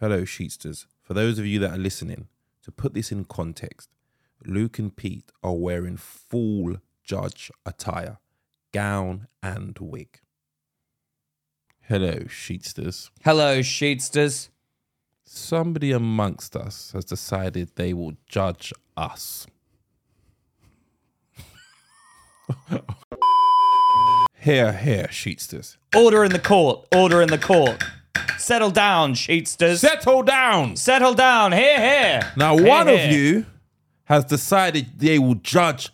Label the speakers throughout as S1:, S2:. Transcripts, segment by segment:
S1: Hello, Sheetsters. For those of you that are listening, to put this in context, Luke and Pete are wearing full judge attire, gown and wig. Hello, Sheetsters.
S2: Hello, sheetsters.
S1: Somebody amongst us has decided they will judge us. Here, here, Sheetsters.
S2: Order in the court. Order in the court. Settle down, sheetsters.
S1: Settle down!
S2: Settle down. Here, here.
S1: Now,
S2: Here,
S1: one
S2: here.
S1: of you has decided they will judge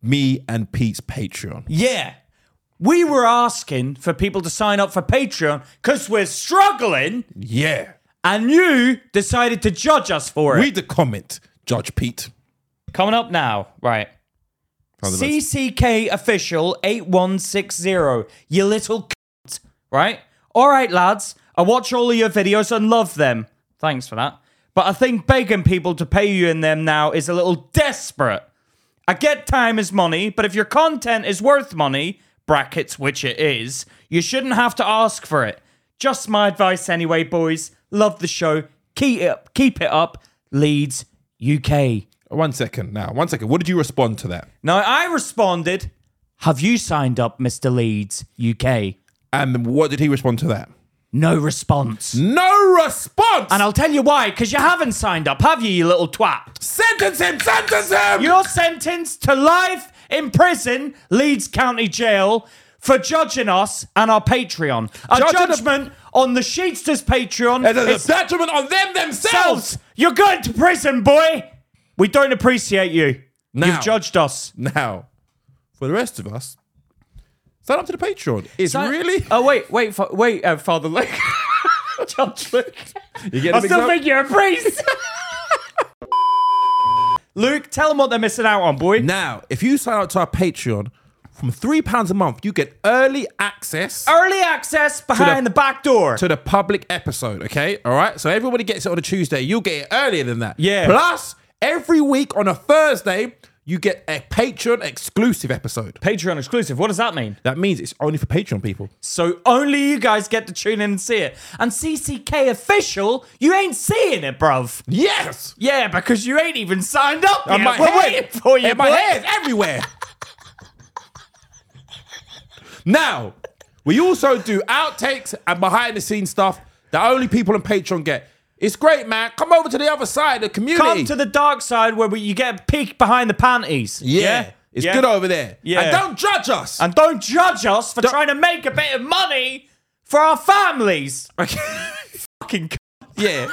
S1: me and Pete's Patreon.
S2: Yeah. We were asking for people to sign up for Patreon because we're struggling,
S1: Yeah.
S2: and you decided to judge us for it.
S1: Read the comment, Judge Pete.
S2: Coming up now. Right. CCK official 8160. You little cunt. Right? All right, lads. I watch all of your videos and love them. Thanks for that. But I think begging people to pay you in them now is a little desperate. I get time is money, but if your content is worth money, brackets which it is, you shouldn't have to ask for it. Just my advice anyway, boys. Love the show. Keep it up. Keep it up. Leeds, UK.
S1: One second now. One second. What did you respond to that?
S2: Now I responded, "Have you signed up, Mr. Leeds UK?"
S1: And what did he respond to that?
S2: No response.
S1: No response.
S2: And I'll tell you why, because you haven't signed up, have you, you little twat?
S1: sentence him. Sentence him.
S2: You're sentenced to life in prison, Leeds County Jail, for judging us and our Patreon. A
S1: Judging the- Eh,
S2: judgment on the Sheetsters Patreon
S1: and there's
S2: is
S1: a detriment on them themselves.
S2: yourselves. You're going to prison, boy. We don't appreciate you.
S1: Now.
S2: You've judged us.
S1: Now, for the rest of us, sign up to the Patreon. It's
S2: Sign-
S1: really.
S2: Oh wait, wait, fa- wait, uh, Father Luke. Judge Luke.
S1: You get
S2: I still think you're a priest. Luke, tell them what they're missing out on, boy.
S1: Now, if you sign up to our Patreon, from three pounds a month, you get early access
S2: Early access behind the, back door.
S1: to the public episode. Okay, all right. So everybody gets it on a Tuesday. You'll get it earlier than that.
S2: Yeah.
S1: Plus, every week on a Thursday, you get a Patreon exclusive episode.
S2: Patreon exclusive. What does that mean?
S1: That means it's only for Patreon people.
S2: So only you guys get to tune in and see it. And CCK official, you ain't seeing it, bruv.
S1: Yes.
S2: Yeah, because you ain't even signed up.
S1: And my
S2: Yet. We're
S1: hair-
S2: waiting for you.
S1: and my
S2: boy.
S1: hair's everywhere. now, we also do outtakes and behind the scenes stuff that only people on Patreon get. It's great, man. Come over to the other side, the community.
S2: Come to the dark side where we, you get a peek behind the panties.
S1: yeah. It's
S2: Yeah.
S1: good over there.
S2: Yeah.
S1: And don't judge us.
S2: And don't judge us for trying to make a bit of money for our families. Fucking c-
S1: yeah.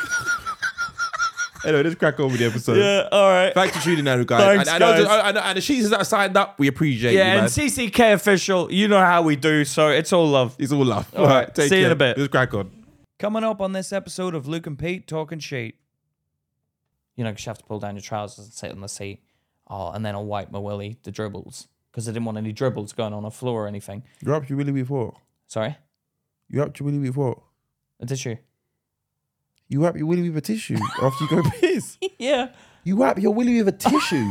S1: anyway, let's crack on with the episode.
S2: all right.
S1: Thanks for tuning in, guys.
S2: Thanks,
S1: and, and,
S2: guys.
S1: And, and the sheets that are signed up, we appreciate you,
S2: yeah,
S1: man.
S2: and CCK official, you know how we do, so it's all love.
S1: it's all love.
S2: All right,
S1: take
S2: see you in
S1: care.
S2: a bit.
S1: Let's crack on.
S2: Coming up on this episode of Luke and Pete talking sheet. You know, 'cause you have to pull down your trousers and sit on the seat. Oh, and then I'll wipe my willy, the dribbles, because I didn't want any dribbles going on the floor or anything.
S1: You wrapped your willy before.
S2: Sorry,
S1: You wrapped your willy before.
S2: a tissue.
S1: You wipe your willy with a tissue after you go piss.
S2: yeah,
S1: You wipe your willy with a tissue.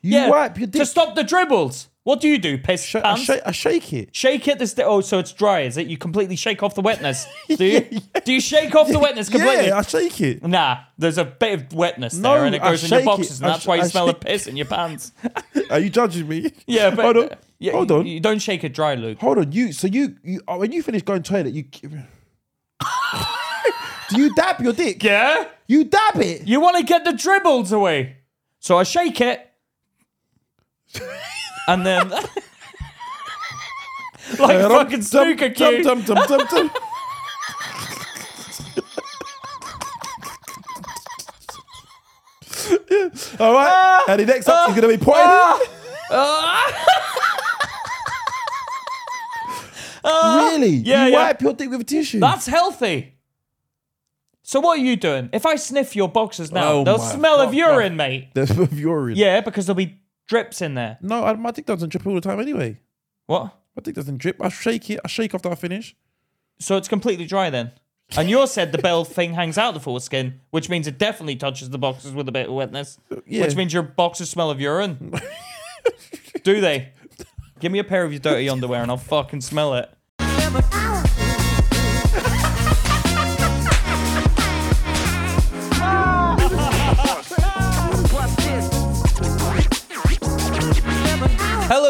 S1: You
S2: yeah.
S1: wipe your
S2: to
S1: dick.
S2: stop the dribbles. What do you do, piss
S1: Sh- I,
S2: pants?
S1: shake, I shake it.
S2: Shake it this day. Oh, so it's dry, is it? You completely shake off the wetness. Do you? Do you shake off the wetness completely?
S1: Yeah, I shake it.
S2: nah, there's a bit of wetness
S1: No,
S2: there, and it
S1: I
S2: goes in your
S1: shake
S2: boxes,
S1: it.
S2: and
S1: I
S2: that's
S1: sh-
S2: why you
S1: I
S2: smell
S1: shake-
S2: the piss in your pants.
S1: Are you judging me?
S2: Yeah, but uh,
S1: hold on.
S2: Yeah,
S1: hold
S2: you-
S1: on.
S2: You don't shake it dry, Luke.
S1: hold on. You. So you. you oh, when you finish going to toilet, you. do you dab your dick?
S2: Yeah,
S1: You dab it.
S2: you want to get the dribbles away, so I shake it, and then like fucking snooker cue.
S1: Dum, dum, dum, dum, dum. Yeah. All right.
S2: Ah.
S1: and the next up, he's going to be pointing. really?
S2: Ah. yeah,
S1: you
S2: yeah.
S1: wipe your dick with a tissue.
S2: That's healthy. So what are you doing? If I sniff your boxes now,
S1: Oh
S2: they'll
S1: my
S2: smell of
S1: God,
S2: urine, mate.
S1: That's of urine.
S2: Yeah, because there'll be drips in there.
S1: No, I, my dick doesn't drip all the time anyway.
S2: What?
S1: My dick doesn't drip. I shake it. I shake after I finish.
S2: So it's completely dry then. And you said the bell thing hangs out the foreskin, which means it definitely touches the boxes with a bit of wetness.
S1: yeah.
S2: Which means your boxes smell of urine. Do they? Give me a pair of your dirty underwear and I'll fucking smell it.
S3: Ow.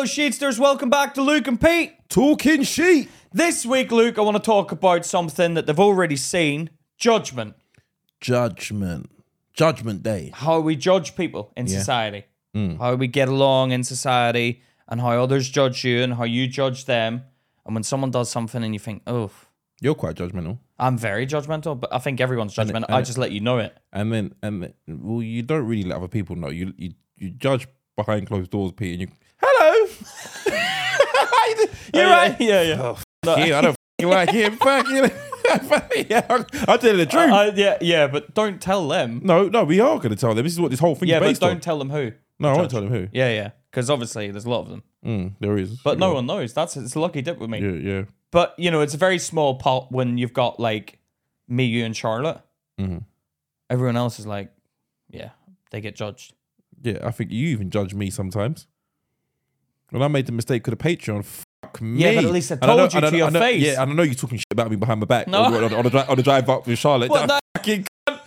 S2: Sheetsters, welcome back to Luke and Pete.
S1: Talking sheet.
S2: This week, Luke, I want to talk about something that they've already seen judgment.
S1: Judgment. Judgment Day.
S2: How we judge people in society, how we get along in society, and how others judge you and how you judge them. And when someone does something and you think, oh,
S1: You're quite judgmental.
S2: I'm very judgmental, but I think everyone's judgmental. I just let you know it.
S1: And then, and then, well, you don't really let other people know. You you, you judge behind closed doors, Pete, and you. Hello.
S2: You're right. Yeah, yeah.
S1: yeah, I don't fucking like him. Fuck you. yeah, I'm- I'm telling the truth.
S2: Uh, yeah, yeah, but don't tell them.
S1: no, no, we are going to tell them. This is what this whole thing
S2: Yeah,
S1: is
S2: but
S1: based
S2: don't
S1: on.
S2: tell them who.
S1: No, I won't tell them who.
S2: Yeah, yeah. Because obviously there's a lot of them.
S1: Mm, there is.
S2: But no one knows. That's it's a lucky dip with me.
S1: Yeah, yeah.
S2: But you know, it's a very small pot when you've got like me, you, and Charlotte.
S1: Mhm.
S2: Everyone else is like, yeah, they get judged.
S1: Yeah, I think you even judge me sometimes. When I made the mistake with the Patreon, fuck me.
S2: Yeah, but at least I
S1: And
S2: told
S1: know-
S2: you
S1: and I
S2: to
S1: know-
S2: your
S1: I know-
S2: face.
S1: Yeah, and I know you're talking shit about me behind my back
S2: No.
S1: on, the- on, the- on the, dri- on the drive up with Charlotte.
S2: What,
S1: That fucking cunt.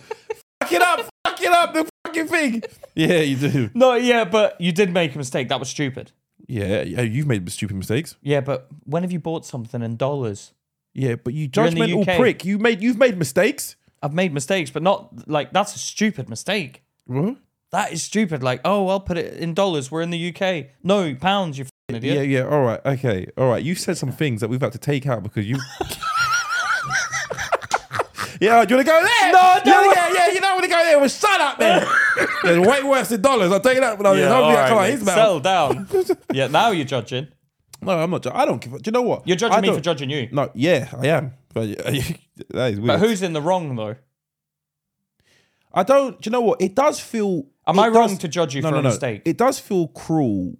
S1: fuck it up, fuck it up, the fucking thing. Yeah, you do.
S2: No, yeah, but you did make a mistake. That was stupid.
S1: Yeah, yeah, you've made stupid mistakes.
S2: Yeah, but when have you bought something in dollars?
S1: Yeah, but you
S2: You're in the
S1: judgmental
S2: UK.
S1: prick. You made you've made mistakes.
S2: I've made mistakes, but not like that's a stupid mistake.
S1: What?
S2: That is stupid. Like, oh, I'll put it in dollars. We're in the UK. No, pounds, you fing idiot.
S1: Yeah, yeah. All right, okay, all right. You said some things that we've had to take out because you. yeah, do you want to go there?
S2: No,
S1: yeah,
S2: don't.
S1: yeah, yeah. You don't want to go there. Well, shut up then. There's way worse than dollars. I'll tell you that. But I mean, hopefully that come out his mouth.
S2: Settle down. yeah, now you're judging.
S1: No, I'm not. ju- I don't give. a- Do you know what?
S2: You're judging
S1: I
S2: me for
S1: don't-
S2: judging you.
S1: No, yeah, I am. But that is weird.
S2: But who's in the wrong though?
S1: I don't. Do you know what? It does feel.
S2: Am
S1: it
S2: I wrong
S1: does-
S2: to judge you
S1: no,
S2: for
S1: no,
S2: a
S1: no.
S2: mistake?
S1: It does feel cruel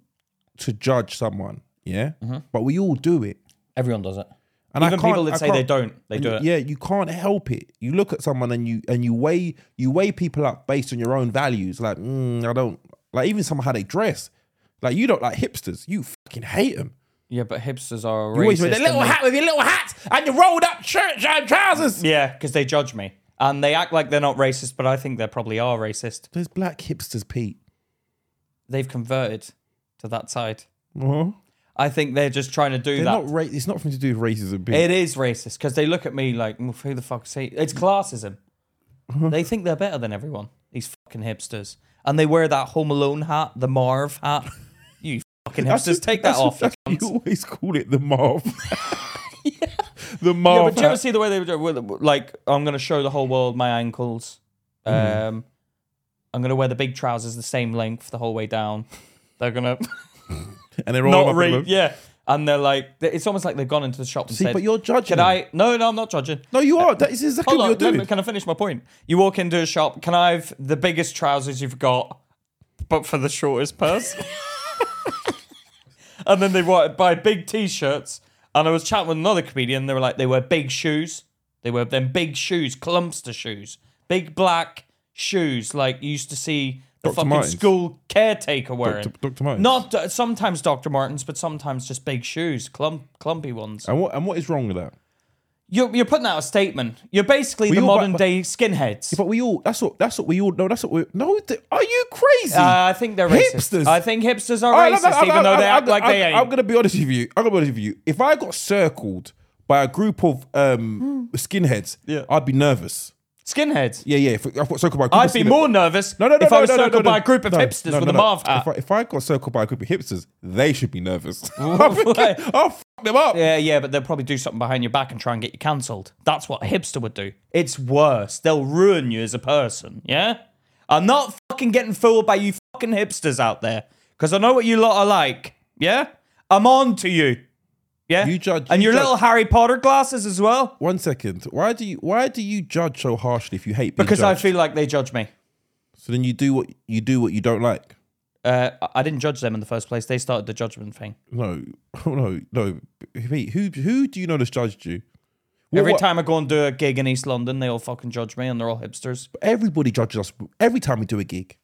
S1: to judge someone. Yeah, but we all do it.
S2: Everyone does it.
S1: And I
S2: Mm-hmm. Even
S1: can't-
S2: people that
S1: I
S2: say they
S1: can't-
S2: don't, they
S1: and
S2: do
S1: you-
S2: it.
S1: Yeah, you can't help it. You look at someone and you and you weigh you weigh people up based on your own values. Like, mm, I don't like even somehow they dress. Like you don't like hipsters. You fucking hate them.
S2: Yeah, but hipsters are
S1: You always
S2: racist.
S1: wear their little
S2: and they-
S1: hat with your little hats and your rolled up shirt and trousers.
S2: Yeah, because they judge me and they act like they're not racist, but I think they probably are racist.
S1: There's black hipsters, Pete.
S2: They've converted to that side.
S1: Well,
S2: I think they're just trying to do
S1: they're
S2: that.
S1: not. Ra- it's not something to do with racism, Pete.
S2: It is racist because they look at me like, "Mm, who the fuck is he? It's classism.
S1: Uh-huh.
S2: they think they're better than everyone. These fucking hipsters, and they wear that Home Alone hat, the Marv hat. You fucking hipsters,
S1: just-
S2: take that
S1: that's-
S2: off. you
S1: that's- you
S2: cunts.
S1: always call it the Marv. The
S2: Yeah,
S1: Marv.
S2: but do you ever
S1: hat.
S2: see the way they were doing- like, I'm gonna show the whole world my ankles. Um,
S1: Mm-hmm.
S2: I'm gonna wear the big trousers the same length the whole way down. They're gonna
S1: and they're all
S2: not
S1: up in
S2: re-
S1: them.
S2: yeah. And they're like, it's almost like they've gone into the shop and
S1: See,
S2: said,
S1: but you're judging.
S2: "Can
S1: them.
S2: I? No, no, I'm not judging.
S1: No, you are. That is exactly
S2: Hold
S1: what
S2: on,
S1: you're
S2: let
S1: doing.
S2: me, can I finish my point? You walk into a shop. Can I have the biggest trousers you've got, but for the shortest purse? and then they wanted buy big T-shirts. And I was chatting with another comedian. They were like, they wear big shoes. They wear them big shoes, clumpster shoes, big black shoes, like you used to see the
S1: Dr.
S2: fucking
S1: Martens.
S2: school caretaker wearing.
S1: Dr. Dr. Martens.
S2: Not uh, sometimes Dr. Martens, but sometimes just big shoes, clump, clumpy ones.
S1: And what and what is wrong with that?
S2: You're, you're putting out a statement. You're basically the
S1: you all-
S2: modern
S1: but-
S2: day skinheads.
S1: But we all that's what that's what we all know. That's what we no. th- Are you crazy?
S2: Uh, I think they're racist.
S1: Hipsters.
S2: I think hipsters are
S1: All right,
S2: racist,
S1: I'm- I'm-
S2: even
S1: I'm-
S2: though they
S1: I'm-
S2: act like
S1: I'm-
S2: they ain't.
S1: I'm gonna be honest with you. I'm gonna be honest with you. If I got circled by a group of um, skinheads,
S2: Yeah.
S1: I'd be nervous.
S2: Skinheads.
S1: Yeah, yeah. If I got circled by a group
S2: I'd
S1: of
S2: be
S1: skinheads-
S2: more nervous
S1: No, no, no,
S2: if
S1: no,
S2: I was
S1: no, no,
S2: circled
S1: no,
S2: by a group of
S1: no,
S2: hipsters
S1: no,
S2: with
S1: no,
S2: a
S1: no.
S2: Marv hat.
S1: If I, if I got circled by a group of hipsters, they should be nervous. I'm thinking, I'll f them up.
S2: yeah, yeah, but they'll probably do something behind your back and try and get you cancelled. That's what a hipster would do. It's worse. They'll ruin you as a person, yeah? I'm not fucking getting fooled by you fucking hipsters out there. Because I know what you lot are like, yeah? I'm on to you. Yeah?
S1: You judge-
S2: And
S1: you
S2: your
S1: judge-
S2: little Harry Potter glasses as well?
S1: One second. Why do you why do you judge so harshly if you hate? Being
S2: Because I
S1: judged?
S2: feel like they judge me.
S1: so. Then you do what you do what you don't like.
S2: Uh, I- I didn't judge them in the first place. They started the judgment thing.
S1: No, oh, no, no. Pete, who who do you know that's judged you? Well,
S2: Every
S1: what-
S2: time I go and do a gig in East London, they all fucking judge me and they're all hipsters.
S1: everybody judges us every time we do a gig.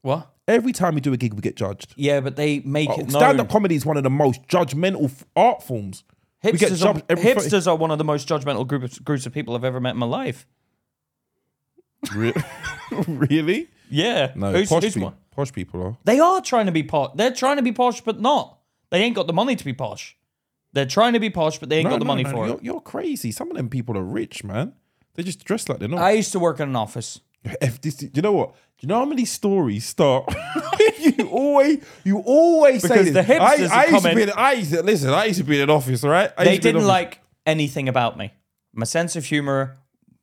S2: What?
S1: Every time we do a gig, we get judged.
S2: Yeah, but they make it known.
S1: Oh, Stand up comedy is one of the most judgmental f- art forms. we get
S2: Hipsters, are,
S1: judged every fu-
S2: hipsters are one of the most judgmental group of, groups of people I've ever met in my life.
S1: Re- really?
S2: Yeah.
S1: No,
S2: Who's,
S1: posh,
S2: who's
S1: peop-
S2: one?
S1: posh people are.
S2: They are trying to be posh. They're trying to be posh, but not. They ain't got the money to be posh. They're trying to be posh, but they ain't
S1: No,
S2: got the
S1: no,
S2: money
S1: no,
S2: for
S1: you're,
S2: it.
S1: You're crazy. Some of them people are rich, man. They just dress like they're not.
S2: I used to work in an office.
S1: If this, do you know what? Do you know how many stories start? you always, you always say
S2: Because
S1: this.
S2: the hipsters
S1: I, I used
S2: are
S1: to be
S2: coming.
S1: in, I used to, listen. I used to be in an office, right? I
S2: They
S1: used to be in
S2: didn't
S1: office.
S2: like anything about me. My sense of humor,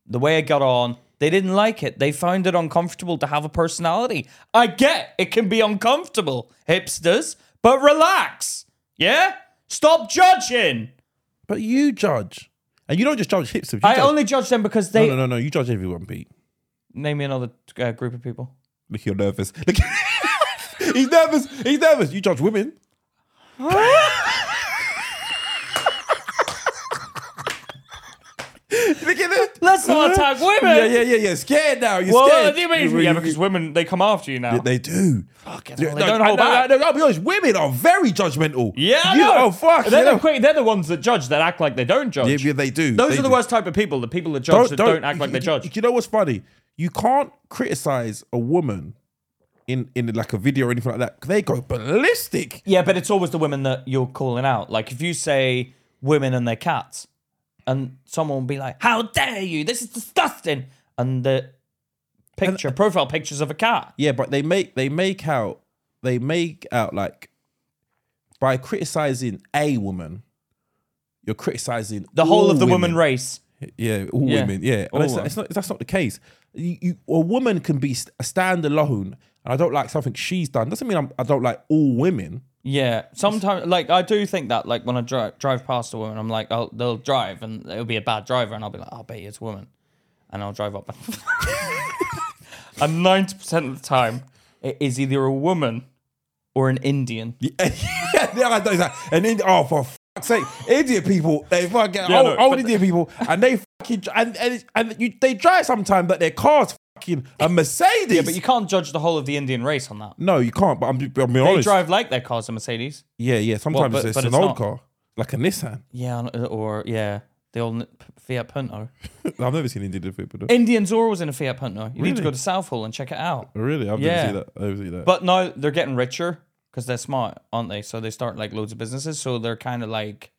S2: the way I got on, they didn't like it. They found it uncomfortable to have a personality. I get it can be uncomfortable, hipsters, but relax. Yeah? Stop judging.
S1: But you judge, and you don't just judge hipsters. You
S2: I
S1: judge,
S2: only judge them because
S1: no,
S2: they
S1: no, no, no. You judge everyone, Pete.
S2: name me another uh, group of people.
S1: Look, you're nervous. Look, he's nervous. He's nervous. You judge women. Look at this.
S2: Let's not attack women.
S1: Yeah, yeah, yeah, yeah. Scared now. You're
S2: Well,
S1: scared.
S2: what do you mean? Yeah, because women they come after you now.
S1: They do. Fucking
S2: hell, they don't hold back.
S1: I'll be honest, women are very judgmental.
S2: yeah, I
S1: you,
S2: know.
S1: oh fuck,
S2: They're,
S1: you know.
S2: the quick, they're the ones that judge that act like they don't judge.
S1: yeah, yeah, they do.
S2: Those
S1: They
S2: are the
S1: do.
S2: worst type of people. The people that judge that don't, act like they
S1: you-
S2: judge.
S1: You know what's funny? You can't criticize a woman in in like a video or anything like that. 'cause They go ballistic.
S2: Yeah, but it's always the women that you're calling out. Like if you say women and their cats, and someone will be like, "How dare you? This is disgusting!" and the picture profile pictures of a cat.
S1: Yeah, but they make they make out they make out like by criticizing a woman, you're criticizing
S2: The whole
S1: all
S2: of the
S1: women.
S2: woman race.
S1: Yeah, all
S2: Yeah.
S1: women. Yeah,
S2: All
S1: and it's,
S2: women.
S1: it's not, that's not the case. You, you, a woman can be st- a standalone, and I don't like something she's done. Doesn't mean I'm, I don't like all women.
S2: Yeah, sometimes like I do think that like when I drive drive past a woman, I'm like, oh, they'll drive and it'll be a bad driver, and I'll be like, I'll bet you it's a woman, and I'll drive up. and ninety percent of the time, it is either a woman or an Indian.
S1: Yeah, yeah, I don't- it's like- and then, oh for fuck's sake, Indian people, they fucking
S2: Yeah,
S1: old,
S2: no,
S1: old
S2: but-
S1: Indian people, and they fucking and and, it's- and you, they drive sometimes, but their cars fucking a Mercedes.
S2: Yeah, but you can't judge the whole of the Indian race on that.
S1: no, you can't. But I'm, I'm being
S2: They
S1: honest.
S2: drive like their cars are Mercedes.
S1: yeah, yeah. Sometimes
S2: but-
S1: it's,
S2: but
S1: an
S2: it's
S1: old
S2: not.
S1: car, like a Nissan.
S2: Yeah, and- or yeah, the old Fiat Punto.
S1: I've never seen Indian people. do it.
S2: Indian Zora was in a Fiat Punto. You need
S1: Really?
S2: to go to Southall and check it out.
S1: Really, I've
S2: Yeah.
S1: never seen that. I've never seen that.
S2: But now they're getting richer because they're smart, aren't they? So they start like loads of businesses. So they're kind of like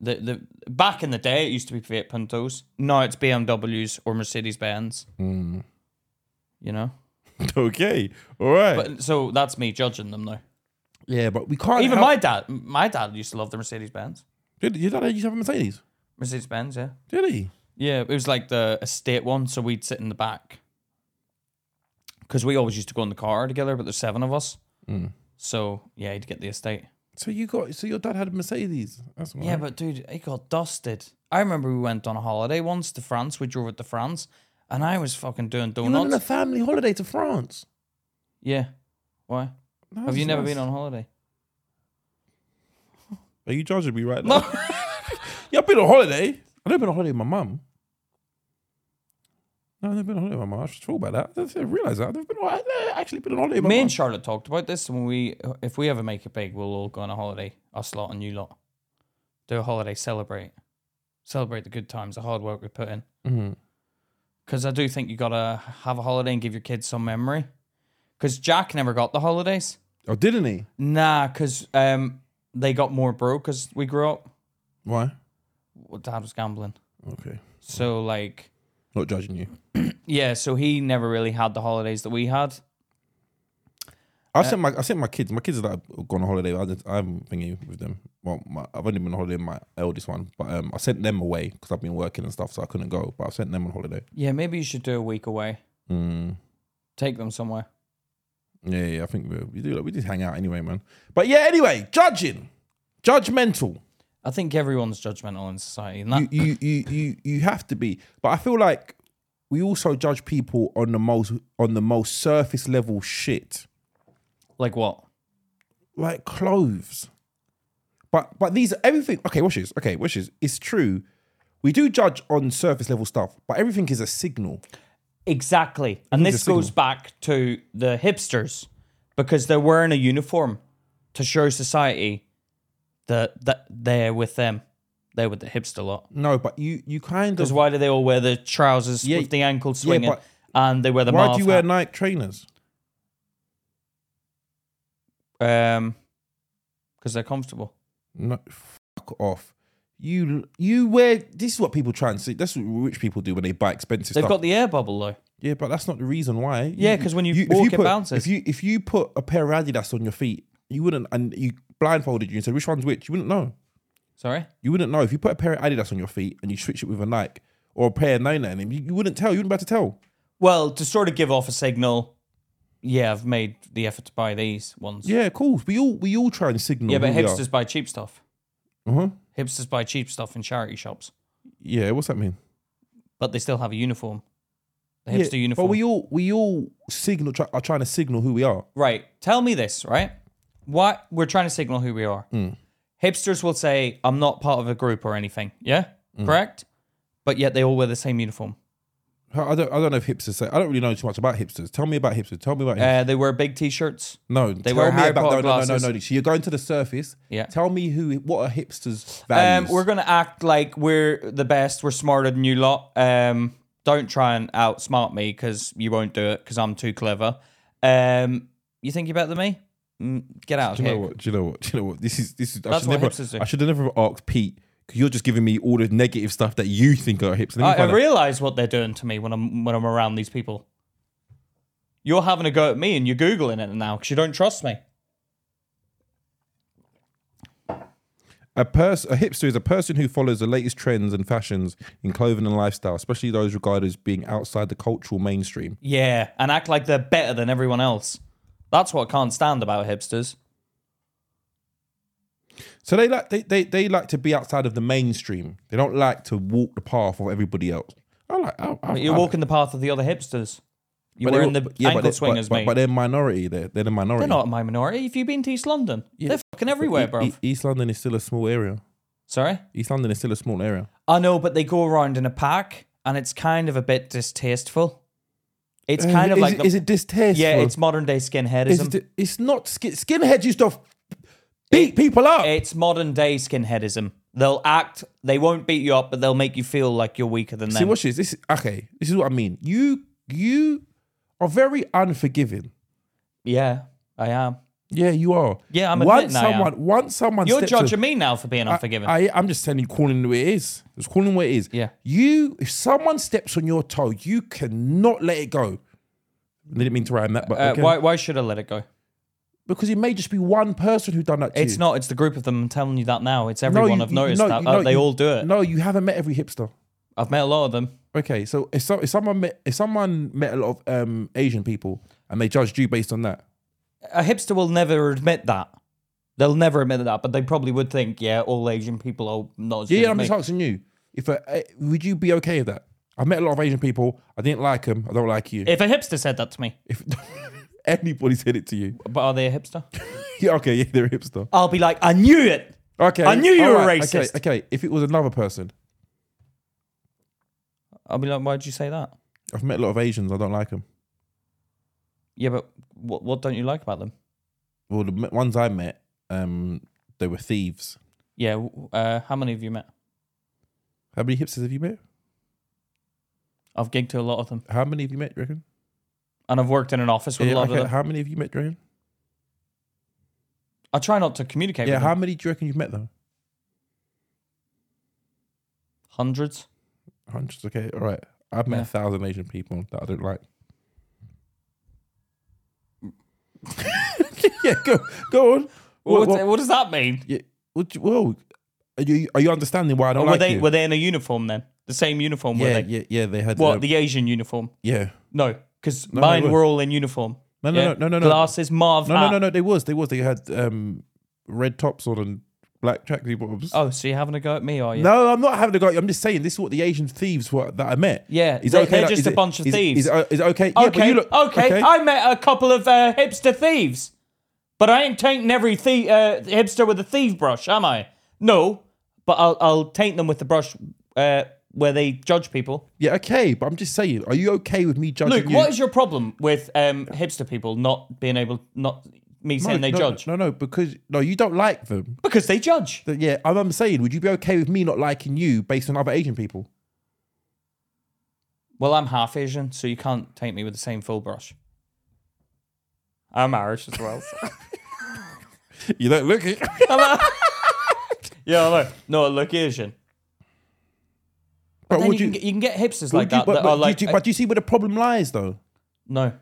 S2: the the back in the day it used to be Fiat Puntos. Now it's BMWs or Mercedes Benz.
S1: Hmm.
S2: You know.
S1: okay, all right.
S2: But so that's me judging them though.
S1: yeah, but we can't.
S2: Even
S1: help-
S2: my dad, my dad used to love the Mercedes Benz.
S1: Did your dad used to have a Mercedes?
S2: Mercedes Benz, yeah.
S1: Did he?
S2: Yeah, it was like the estate one, so we'd sit in the back because we always used to go in the car together. But there's seven of us,
S1: Mm.
S2: so yeah, he'd get the estate.
S1: So you got so your dad had a Mercedes. That's all
S2: Yeah,
S1: right.
S2: but dude, it got dusted. I remember we went on a holiday once to France. We drove it to France, and I was fucking doing
S1: You went on a
S2: donuts.
S1: family holiday to France.
S2: Yeah, why?
S1: No,
S2: Have you
S1: that's
S2: never
S1: nice.
S2: been on holiday?
S1: Are you judging me right now? yeah, I've been on holiday. I've never been on holiday with my mum. No, I've never been on holiday with my mum. I should talk about that. I didn't realise that. I've never been on, I've never actually been on holiday with my
S2: Me
S1: mum.
S2: and Charlotte talked about this, and we, if we ever make it big, we'll all go on a holiday. Us lot and you lot, do a holiday, celebrate, celebrate the good times, the hard work we put in.
S1: Mhm.
S2: because I do think you gotta have a holiday and give your kids some memory. Because Jack never got the holidays.
S1: Oh, didn't he?
S2: Nah, because um, they got more broke as we grew up.
S1: Why?
S2: Well, Dad was gambling,
S1: Okay.
S2: so like,
S1: Not judging you.
S2: yeah, so he never really had the holidays that we had.
S1: I sent my I sent my kids. My kids that have gone on holiday. I, just, I haven't thingy with them. Well, my, I've only been on holiday with my eldest one, but um, I sent them away because I've been working and stuff, so I couldn't go. But I sent them on holiday.
S2: Yeah, maybe you should do a week away.
S1: Mm.
S2: Take them somewhere.
S1: Yeah, yeah, I think we, we do. Like, we just hang out anyway, man. But yeah, anyway, judging, judgmental.
S2: I think everyone's judgmental in society, and that
S1: You, you, you, you, you have to be. But I feel like we also judge people on the most on the most surface level shit,
S2: like what?
S1: like clothes. But but these are everything. Okay, watch this. Okay, watch this. It's true. We do judge on surface level stuff, but everything is a signal.
S2: Exactly. And
S1: Everything's
S2: this
S1: a
S2: goes
S1: signal.
S2: back to the hipsters because they're wearing a uniform to show society that that they're with them. They're with the hipster lot.
S1: No, but you you kind
S2: Because
S1: of.
S2: why do they all wear the trousers
S1: Yeah,
S2: with the ankle swinging
S1: but-
S2: and they wear the
S1: Why do you wear
S2: Marv
S1: Nike trainers?
S2: hat? Um, 'cause because they're comfortable.
S1: No, fuck off. You you wear this is what people try and see. That's what rich people do when they buy expensive
S2: They've
S1: stuff.
S2: got the air bubble though.
S1: yeah, but that's not the reason why. You-
S2: Yeah, 'cause when you
S1: if
S2: walk, it
S1: put,
S2: bounces.
S1: If you if you put a pair of Adidas on your feet, you wouldn't and you blindfolded you and said which one's which, you wouldn't know.
S2: Sorry.
S1: You wouldn't know if you put a pair of Adidas on your feet and you switch it with a Nike or a pair of Nine Nine, you, you wouldn't tell. You wouldn't be able to tell.
S2: Well, to sort of give off a signal. Yeah, I've made the effort to buy these ones.
S1: Yeah, of course. We all we all try and signal.
S2: Yeah, but
S1: who we
S2: hipsters buy cheap stuff.
S1: are. Uh-huh.
S2: Hipsters buy cheap stuff in charity shops,
S1: Yeah, what's that mean?
S2: but they still have a uniform. The
S1: Yeah,
S2: hipster uniform.
S1: But we all we all signal try, are trying to signal who we are.
S2: Right. Tell me this, right? What we're trying to signal who we are. Hipsters will say, I'm not part of a group or anything. Yeah? Correct? But yet they all wear the same uniform.
S1: I I don't I don't know if hipsters say I don't really know too much about hipsters. Tell me about hipsters. Tell me about hipsters.
S2: Uh, they wear big t shirts.
S1: no, they tell
S2: wear
S1: me
S2: Harry
S1: about no, no, no,
S2: Potter
S1: no,
S2: glasses.
S1: no, no. So you're going to the surface.
S2: Yeah.
S1: Tell me who what are hipsters'
S2: Um,
S1: values?
S2: we're going to act like we're the best, we're smarter than you lot. Um, don't try and outsmart me because you won't do it because I'm too clever. Um, you think you're better than me? Mm, get out of
S1: do you know
S2: here.
S1: what? Do you know what? Do you know what? This is this is. I
S2: That's
S1: should
S2: what
S1: never.
S2: hipsters do.
S1: I should have never asked Pete because you're just giving me all the negative stuff that you think are hipsters. Let me
S2: I,
S1: find
S2: I
S1: out.
S2: realize what they're doing to me when I'm when I'm around these people. You're having a go at me and you're googling it now because you don't trust me.
S1: A person, a hipster is a person who follows the latest trends and fashions in clothing and lifestyle, especially those regarded as being outside the cultural mainstream.
S2: Yeah, and act like they're better than everyone else. That's what I can't stand about hipsters.
S1: So they like they, they they like to be outside of the mainstream. They don't like to walk the path of everybody else. I like. I, I,
S2: But you're
S1: I-
S2: walking the path of the other hipsters. You're
S1: but they
S2: wearing
S1: will-
S2: the
S1: yeah, but
S2: ankle
S1: they- but-
S2: swingers,
S1: but,
S2: mate.
S1: But they're minority. They're they're the minority.
S2: they're not my minority. If you've been to East London, they're fucking everywhere,
S1: E-
S2: bro.
S1: E- East London is still a small area.
S2: Sorry?
S1: East London is still a small area.
S2: I know, but they go around in a pack and it's kind of a bit distasteful. It's kind of
S1: Uh, is
S2: like.
S1: it,
S2: the-
S1: is it distasteful?
S2: yeah, it's modern day skinheadism.
S1: Is it- it's not skin, skinheads used to f- beat people up.
S2: It's modern day skinheadism. They'll act, they won't beat you up, but they'll make you feel like you're weaker than
S1: See,
S2: them.
S1: watch this. This okay. This is what I mean. You you are very unforgiving.
S2: yeah, I am.
S1: Yeah, you are.
S2: Yeah, I'm
S1: Once
S2: admitting I am.
S1: someone, once someone,
S2: You're
S1: steps
S2: judging me now for being unforgiving.
S1: I, I'm just telling you, calling it what it is. It's calling it what it is.
S2: Yeah.
S1: You, if someone steps on your toe, you cannot let it go. I didn't mean to rhyme that, but
S2: uh,
S1: okay.
S2: why, why should I let it go?
S1: because it may just be one person who done that to you.
S2: It's not, it's the group of them. I'm telling you that now. It's everyone.
S1: you-
S2: I've
S1: you-
S2: noticed
S1: no,
S2: that.
S1: you-
S2: Uh,
S1: no,
S2: they
S1: you-
S2: all do it.
S1: No, you haven't met every hipster.
S2: I've met a lot of them.
S1: Okay, so if, so if someone met if someone met a lot of um, Asian people and they judged you based on that,
S2: A hipster will never admit that. They'll never admit that, but they probably would think, yeah, all Asian people are not as
S1: yeah,
S2: good
S1: yeah,
S2: as
S1: I'm
S2: me.
S1: just asking you. If a, eh, would you be okay with that? I met a lot of Asian people. I didn't like them. I don't like you.
S2: If a hipster said that to me,
S1: If anybody said it to you,
S2: but are they a hipster?
S1: yeah, okay, yeah, they're a hipster.
S2: I'll be like, I knew it.
S1: Okay,
S2: I knew you were
S1: alright,
S2: racist.
S1: Okay, okay, if it was another person,
S2: I'll be like, why'd you say that?
S1: I've met a lot of Asians. I don't like them.
S2: Yeah, but what, what don't you like about them?
S1: Well, the m- ones I met, um, they were thieves.
S2: Yeah. w- Uh, how many have you met?
S1: How many hipsters have you met?
S2: I've gigged to a lot of them,
S1: How many have you met, do you reckon?
S2: and I've worked in an office with
S1: Yeah,
S2: a lot
S1: okay,
S2: of them.
S1: How many have you met, do you reckon?
S2: I try not to communicate.
S1: Yeah,
S2: with
S1: how
S2: them.
S1: many do you reckon you've met though?
S2: hundreds.
S1: Hundreds. Okay, all right. I've met
S2: Yeah.
S1: a thousand Asian people that I don't like. yeah, go go on.
S2: What,
S1: What, what,
S2: what does that mean?
S1: yeah, what do you- whoa. are you are you understanding why I don't
S2: were
S1: like
S2: they
S1: you?
S2: were they in a uniform then? The same uniform
S1: yeah,
S2: were they?
S1: yeah, yeah. They had
S2: What
S1: um,
S2: the Asian uniform?
S1: yeah.
S2: No, because
S1: No,
S2: mine
S1: they
S2: were.
S1: were.
S2: all in uniform.
S1: No, no,
S2: Yeah?
S1: no, no, no, no,
S2: Glasses, Marv.
S1: no,
S2: hat.
S1: no, no, no. They was they was they had um red tops on and black tracksuit bottoms.
S2: Oh, so you're having a go at me, are you?
S1: No, I'm not having a go. at you. I'm just saying this is what the Asian thieves were that I met.
S2: Yeah,
S1: Is it
S2: they-
S1: okay
S2: they're
S1: that-
S2: just
S1: is
S2: a
S1: it-
S2: bunch of
S1: is it-
S2: thieves.
S1: Is, it- is it okay? Yeah,
S2: Okay,
S1: but you look
S2: okay. I met a couple of uh, hipster thieves, but I ain't tainting every thie- uh, hipster with a thief brush, am I? No, but I'll, I'll taint them with the brush uh, where they judge people.
S1: Yeah, okay, but I'm just saying, are you okay with me judging
S2: Luke,
S1: you?
S2: what is your problem with um, hipster people not being able, not me
S1: no,
S2: saying they
S1: no,
S2: judge?
S1: No, no, because no, you don't like them.
S2: Because they judge.
S1: But yeah, I'm, I'm saying, would you be okay with me not liking you based on other Asian people?
S2: Well, I'm half Asian, so you can't taint me with the same full brush. I'm Irish as well. so-
S1: You don't look it.
S2: Yeah, I know. No, look Asian.
S1: But
S2: Then
S1: would
S2: you,
S1: you?
S2: can get, you can get hipsters
S1: would
S2: like
S1: you-
S2: that.
S1: but-
S2: that
S1: but
S2: are
S1: do
S2: like, uh,
S1: you- But do you see where the problem lies, though?
S2: no,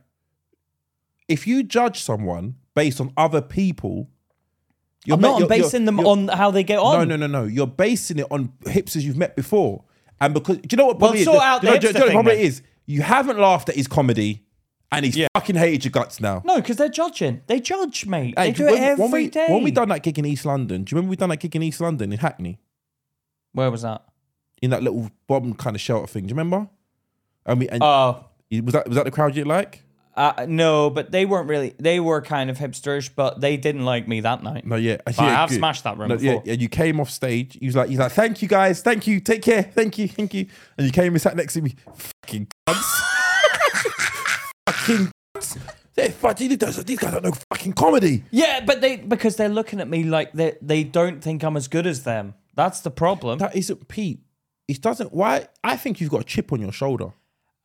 S1: If you judge someone based on other people, you're
S2: I'm
S1: ba-
S2: not. I'm
S1: you're- you're-
S2: basing them
S1: you're-
S2: on how they get on.
S1: No, no, no, no. You're basing it on hipsters you've met before. And because, do you know what
S2: Well,
S1: probably is?
S2: sort
S1: Do
S2: out
S1: you know-
S2: the
S1: do you know
S2: hipster
S1: what
S2: thing
S1: problem
S2: then.
S1: is? You haven't laughed at his comedy and he's fucking hated your guts now.
S2: No, because they're judging. They judge, mate.
S1: Hey,
S2: they do
S1: when,
S2: it every
S1: when
S2: day.
S1: we, When we done that gig in East London, do you remember we done that gig in East London in Hackney?
S2: Where was that?
S1: In that little bomb kind of shelter thing. Do you remember? And we, and
S2: Oh,
S1: was that was that the crowd you like?
S2: uh, no, but they weren't really. They were kind of hipsterish, but they didn't like me that night.
S1: No, yeah.
S2: I
S1: yeah,
S2: have
S1: good.
S2: smashed that room
S1: No, yeah,
S2: before.
S1: yeah, you came off stage. You was like, you was like, thank you guys, thank you, take care, thank you, thank you. And you came and sat next to me. Fucking cunts. fucking cunts. They're fucking, these guys don't know fucking comedy.
S2: Yeah, but they because they're looking at me like they they don't think I'm as good as them. That's the problem.
S1: That isn't Pete. It doesn't. Why? I think you've got a chip on your shoulder.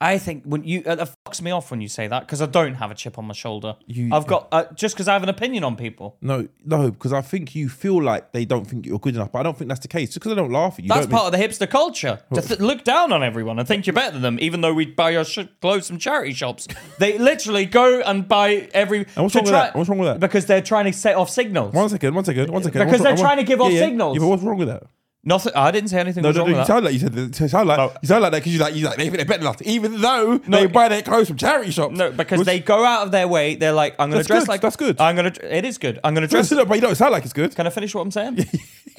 S2: I think when you uh, that fucks me off when you say that because I don't have a chip on my shoulder.
S1: You-
S2: I've got uh, just because I have an opinion on people.
S1: No, no, because I think you feel like they don't think you're good enough, but I don't think that's the case. Just because they don't laugh at you,
S2: That's
S1: don't mean-
S2: part of the hipster culture. To th- look down on everyone and think you're better than them, even though we buy your sh- clothes from charity shops. They literally go and buy every. And
S1: what's wrong with that? What's wrong with that?
S2: Because they're trying to set off signals.
S1: One second, one second, one second.
S2: Because
S1: What's
S2: they're
S1: wrong-
S2: trying to give off
S1: yeah, yeah.
S2: signals.
S1: Yeah, but what's wrong with that?
S2: Nothing. I didn't say anything.
S1: No,
S2: was
S1: no,
S2: wrong
S1: no. You
S2: with that.
S1: sound like you said. You sound like you sound like that because you like you like they think they're better than us, even though
S2: No.
S1: they buy their clothes from charity shops.
S2: No, because
S1: Which-
S2: they go out of their way. They're like, I'm going to
S1: That's
S2: dress
S1: good,
S2: like.
S1: that's good.
S2: I'm going to. It is good. I'm going to
S1: No,
S2: dress.
S1: no, but you don't sound like it's good.
S2: Can I finish what I'm saying?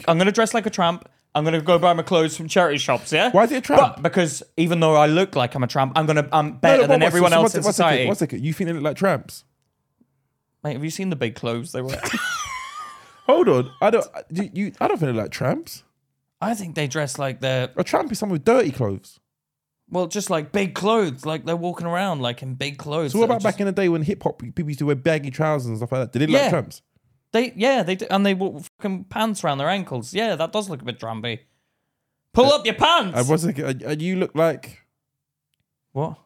S2: I'm going to dress like a tramp. I'm going to go buy my clothes from charity shops. Yeah.
S1: Why is it a tramp?
S2: But because even though I look like I'm a tramp, I'm going to. I'm
S1: No,
S2: better
S1: no,
S2: than
S1: one-
S2: everyone
S1: one-
S2: else in
S1: one second,
S2: society.
S1: One second. You think they look like tramps?
S2: Mate, have you seen the big clothes they wear?
S1: Hold on. I don't. You, you- I don't think they look like tramps.
S2: I think they dress like they're
S1: A tramp is someone with dirty clothes.
S2: well, just like big clothes, like they're walking around like in big clothes.
S1: So what
S2: that are
S1: about
S2: just-
S1: back in the day when hip hop people used to wear baggy trousers and stuff like that? Did they look
S2: Yeah.
S1: like tramps?
S2: They yeah, they do, and they walk with fucking pants around their ankles. Yeah, that does look a bit drambly. Pull up your pants.
S1: I was thinking, uh, uh, you look like
S2: what?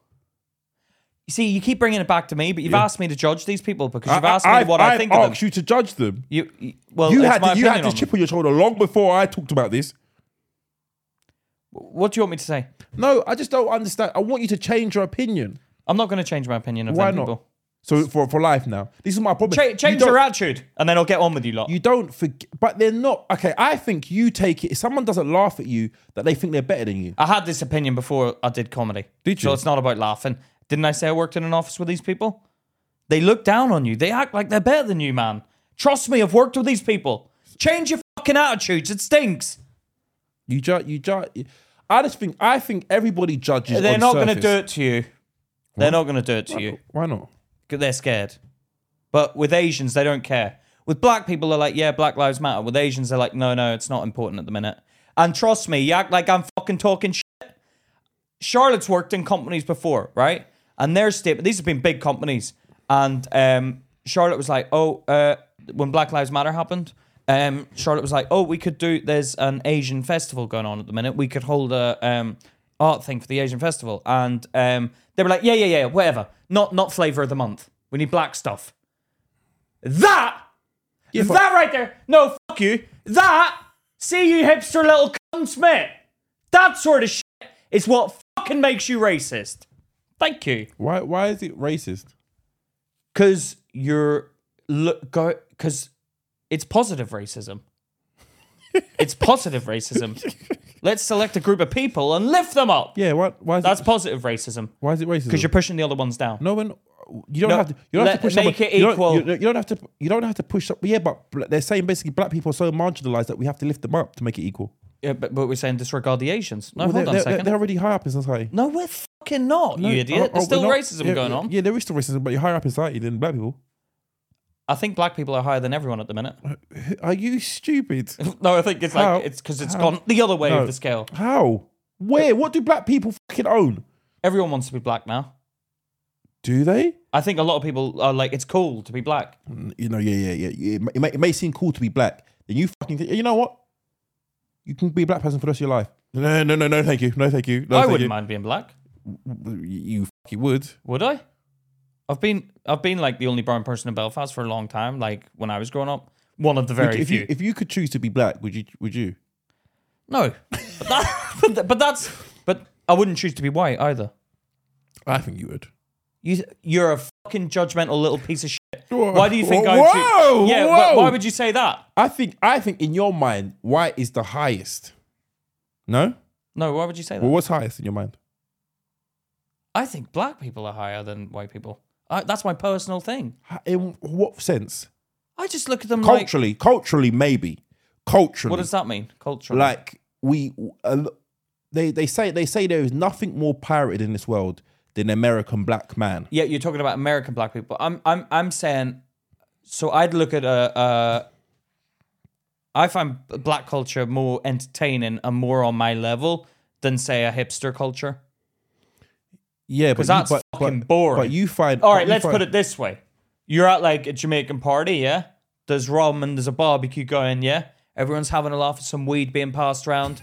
S2: You see, you keep bringing it back to me, but you've asked me to judge these people because
S1: I-
S2: you've asked
S1: I-
S2: me what I,
S1: I've
S2: think of them.
S1: asked you to judge them.
S2: You, you well,
S1: you
S2: it's
S1: had
S2: my
S1: you had
S2: opinion
S1: this
S2: on
S1: chip on your shoulder long before I talked about this.
S2: them. What do you want me to say?
S1: No, I just don't understand. I want you to change your opinion.
S2: I'm not going to change my opinion of
S1: Why
S2: them
S1: not?
S2: people.
S1: So for for life now, this is my problem.
S2: Cha- change
S1: you
S2: your
S1: don't,
S2: attitude, and then I'll get on with you lot.
S1: you don't forget, but they're not okay. I think you take it. If someone doesn't laugh at you, that they think they're better than you.
S2: I had this opinion before I did comedy.
S1: Did you?
S2: So it's not about laughing. Didn't I say I worked in an office with these people? They look down on you. They act like they're better than you, man. Trust me, I've worked with these people. Change your fucking attitudes. It stinks.
S1: You judge. You judge. I just think I think everybody judges.
S2: They're
S1: on
S2: not
S1: going
S2: going to do it to you. They're not going to do it to you.
S1: Why not?
S2: 'Cause They're scared. But with Asians, they don't care. With black people, they're like, yeah, Black Lives Matter. With Asians, they're like, no, no, it's not important at the minute. And trust me, you act like I'm fucking talking shit. Charlotte's worked in companies before, right? And their statement, these have been big companies. And um, Charlotte was like, oh, uh, when Black Lives Matter happened, um, Charlotte was like, oh, we could do, there's an Asian festival going on at the minute. We could hold a um, art thing for the Asian festival. And um, they were like, yeah, yeah, yeah, whatever. Not, not flavor of the month. We need black stuff. That,
S1: but-
S2: that right there. No, fuck you. That, see you hipster little cunts, mate. That sort of shit is what fucking makes you racist. Thank you.
S1: Why? Why is it racist?
S2: Because you're look go because it's positive racism. it's positive racism. Let's select a group of people and lift them up.
S1: Yeah. Why? Why is
S2: That's
S1: it?
S2: positive racism
S1: Why is it racist?
S2: because you're pushing the other ones down.
S1: No one. You don't
S2: No,
S1: have to. You don't have
S2: let-
S1: to push.
S2: make
S1: someone-
S2: it
S1: you don't-
S2: equal.
S1: You don't, you don't have to. You don't have to push. up- Yeah, but bl- they're saying basically black people are so marginalized that we have to lift them up to make it equal.
S2: Yeah, but, but we're saying disregard the Asians. No,
S1: Well,
S2: hold
S1: they're,
S2: on a
S1: they're-
S2: 2nd
S1: they're already high up in society.
S2: no, we're fucking not, you idiot.
S1: Oh, oh,
S2: There's still
S1: we're not-
S2: racism
S1: yeah,
S2: going on.
S1: Yeah, there is still racism, but you're higher up in society than black people.
S2: I think black people are higher than everyone at the minute.
S1: Are you stupid?
S2: no, I think it's
S1: How?
S2: like it's because it's gone the other way
S1: No.
S2: of the scale.
S1: How? Where? What do black people fucking own?
S2: Everyone wants to be black now.
S1: Do they? Mm,
S2: I think a lot of people are like, it's cool to be black.
S1: You know, yeah, yeah, yeah. yeah. It, may, it may- it may seem cool to be black. Then you fucking think, you know what? You can be a black person for the rest of your life. No, no, no, no, thank you. No, thank you. No,
S2: I
S1: thank
S2: wouldn't
S1: you.
S2: mind being black,
S1: You fucking would.
S2: would I? I've been I've been like the only brown person in Belfast for a long time, like when I was growing up. One of the very
S3: if
S2: few.
S3: you if you could choose to be black, would you? Would you?
S2: no, but, that, but, th- but that's but I wouldn't choose to be white either.
S1: I think you would.
S2: You you're a fucking judgmental little piece of shit.
S1: Whoa.
S2: Why do you think I?
S1: Whoa,
S2: Would choo- yeah, wh-
S1: whoa.
S2: why would you say that?
S1: I think I think in your mind, white is the highest. No?
S2: No, why would you say that?
S1: Well, what's highest in your mind?
S2: I think black people are higher than white people. I, that's my personal thing.
S1: Hi- In what sense?
S2: I just look at them like,
S1: Culturally, culturally, maybe. Culturally,
S2: what does that mean? Cultural.
S1: like we, a lo- they they say they say there is nothing more pirated in this world than American black man.
S2: yeah, you're talking about American black people. I'm I'm I'm saying so I'd look at a uh I find black culture more entertaining and more on my level than say a hipster culture.
S1: Yeah, but
S2: 'Cause
S1: you-
S2: that's
S1: but,
S2: fucking
S1: but-
S2: boring.
S1: But you find
S2: All right, let's put it this way. You're at like a Jamaican party, yeah? There's rum and there's a barbecue going, yeah? Everyone's having a laugh at some weed being passed around.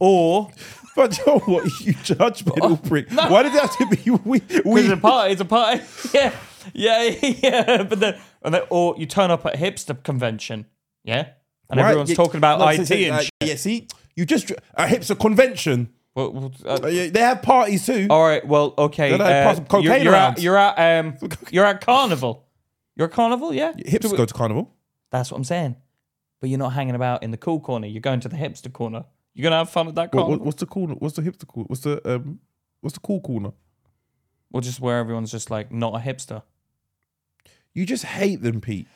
S2: Or
S1: But you know what you judgmental prick? Why did that have to be we? we
S2: Because it's a party. It's a party. yeah, yeah, yeah. But then, and then, or you turn up at a hipster convention, yeah, and
S1: Right,
S2: everyone's
S1: yeah,
S2: talking about
S1: like I
S2: IT
S1: said,
S2: and
S1: like,
S2: shit.
S1: uh, yeah. See, you just a hipster convention.
S2: Well, well, uh,
S1: Uh, yeah, They have parties too.
S2: all right. Well, okay.
S1: Then I
S2: uh,
S1: pass some cocaine
S2: you're, you're
S1: around.
S2: at you're at um you're at carnival. You're at carnival, yeah.
S1: Hipsters go to carnival.
S2: That's what I'm saying. But you're not hanging about in the cool corner. You're going to the hipster corner. You're gonna have fun at that
S1: What,
S2: corner.
S1: what- what's the corner? What's the hipster corner? What's the um? What's the cool corner?
S2: Well, just where everyone's just like not a hipster.
S1: You just hate them, Pete.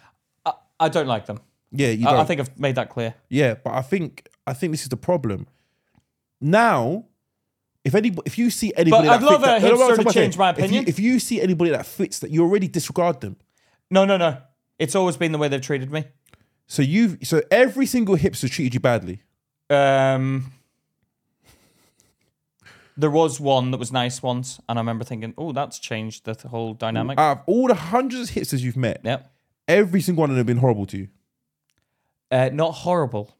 S2: I, I don't like them.
S1: Yeah, you don't.
S2: I, I think I've made that clear.
S1: yeah, but I think I think this is the problem. Now, if any, if you see anybody,
S2: I'd
S1: that
S2: love
S1: fits that-
S2: a
S1: no, no,
S2: hipster
S1: no,
S2: to
S1: no,
S2: change
S1: okay.
S2: my
S1: If you-
S2: opinion.
S1: If you, see anybody that fits that, you already disregard them.
S2: No, no, no. It's always been the way they've treated me.
S1: So you, so every single hipster treated you badly.
S2: Um, there was one that was nice once, and I remember thinking, "Oh, that's changed the th- whole dynamic."
S1: Out of all the hundreds of hipsters you've met,
S2: yep.
S1: every single one of them have been horrible to you.
S2: Uh, not horrible,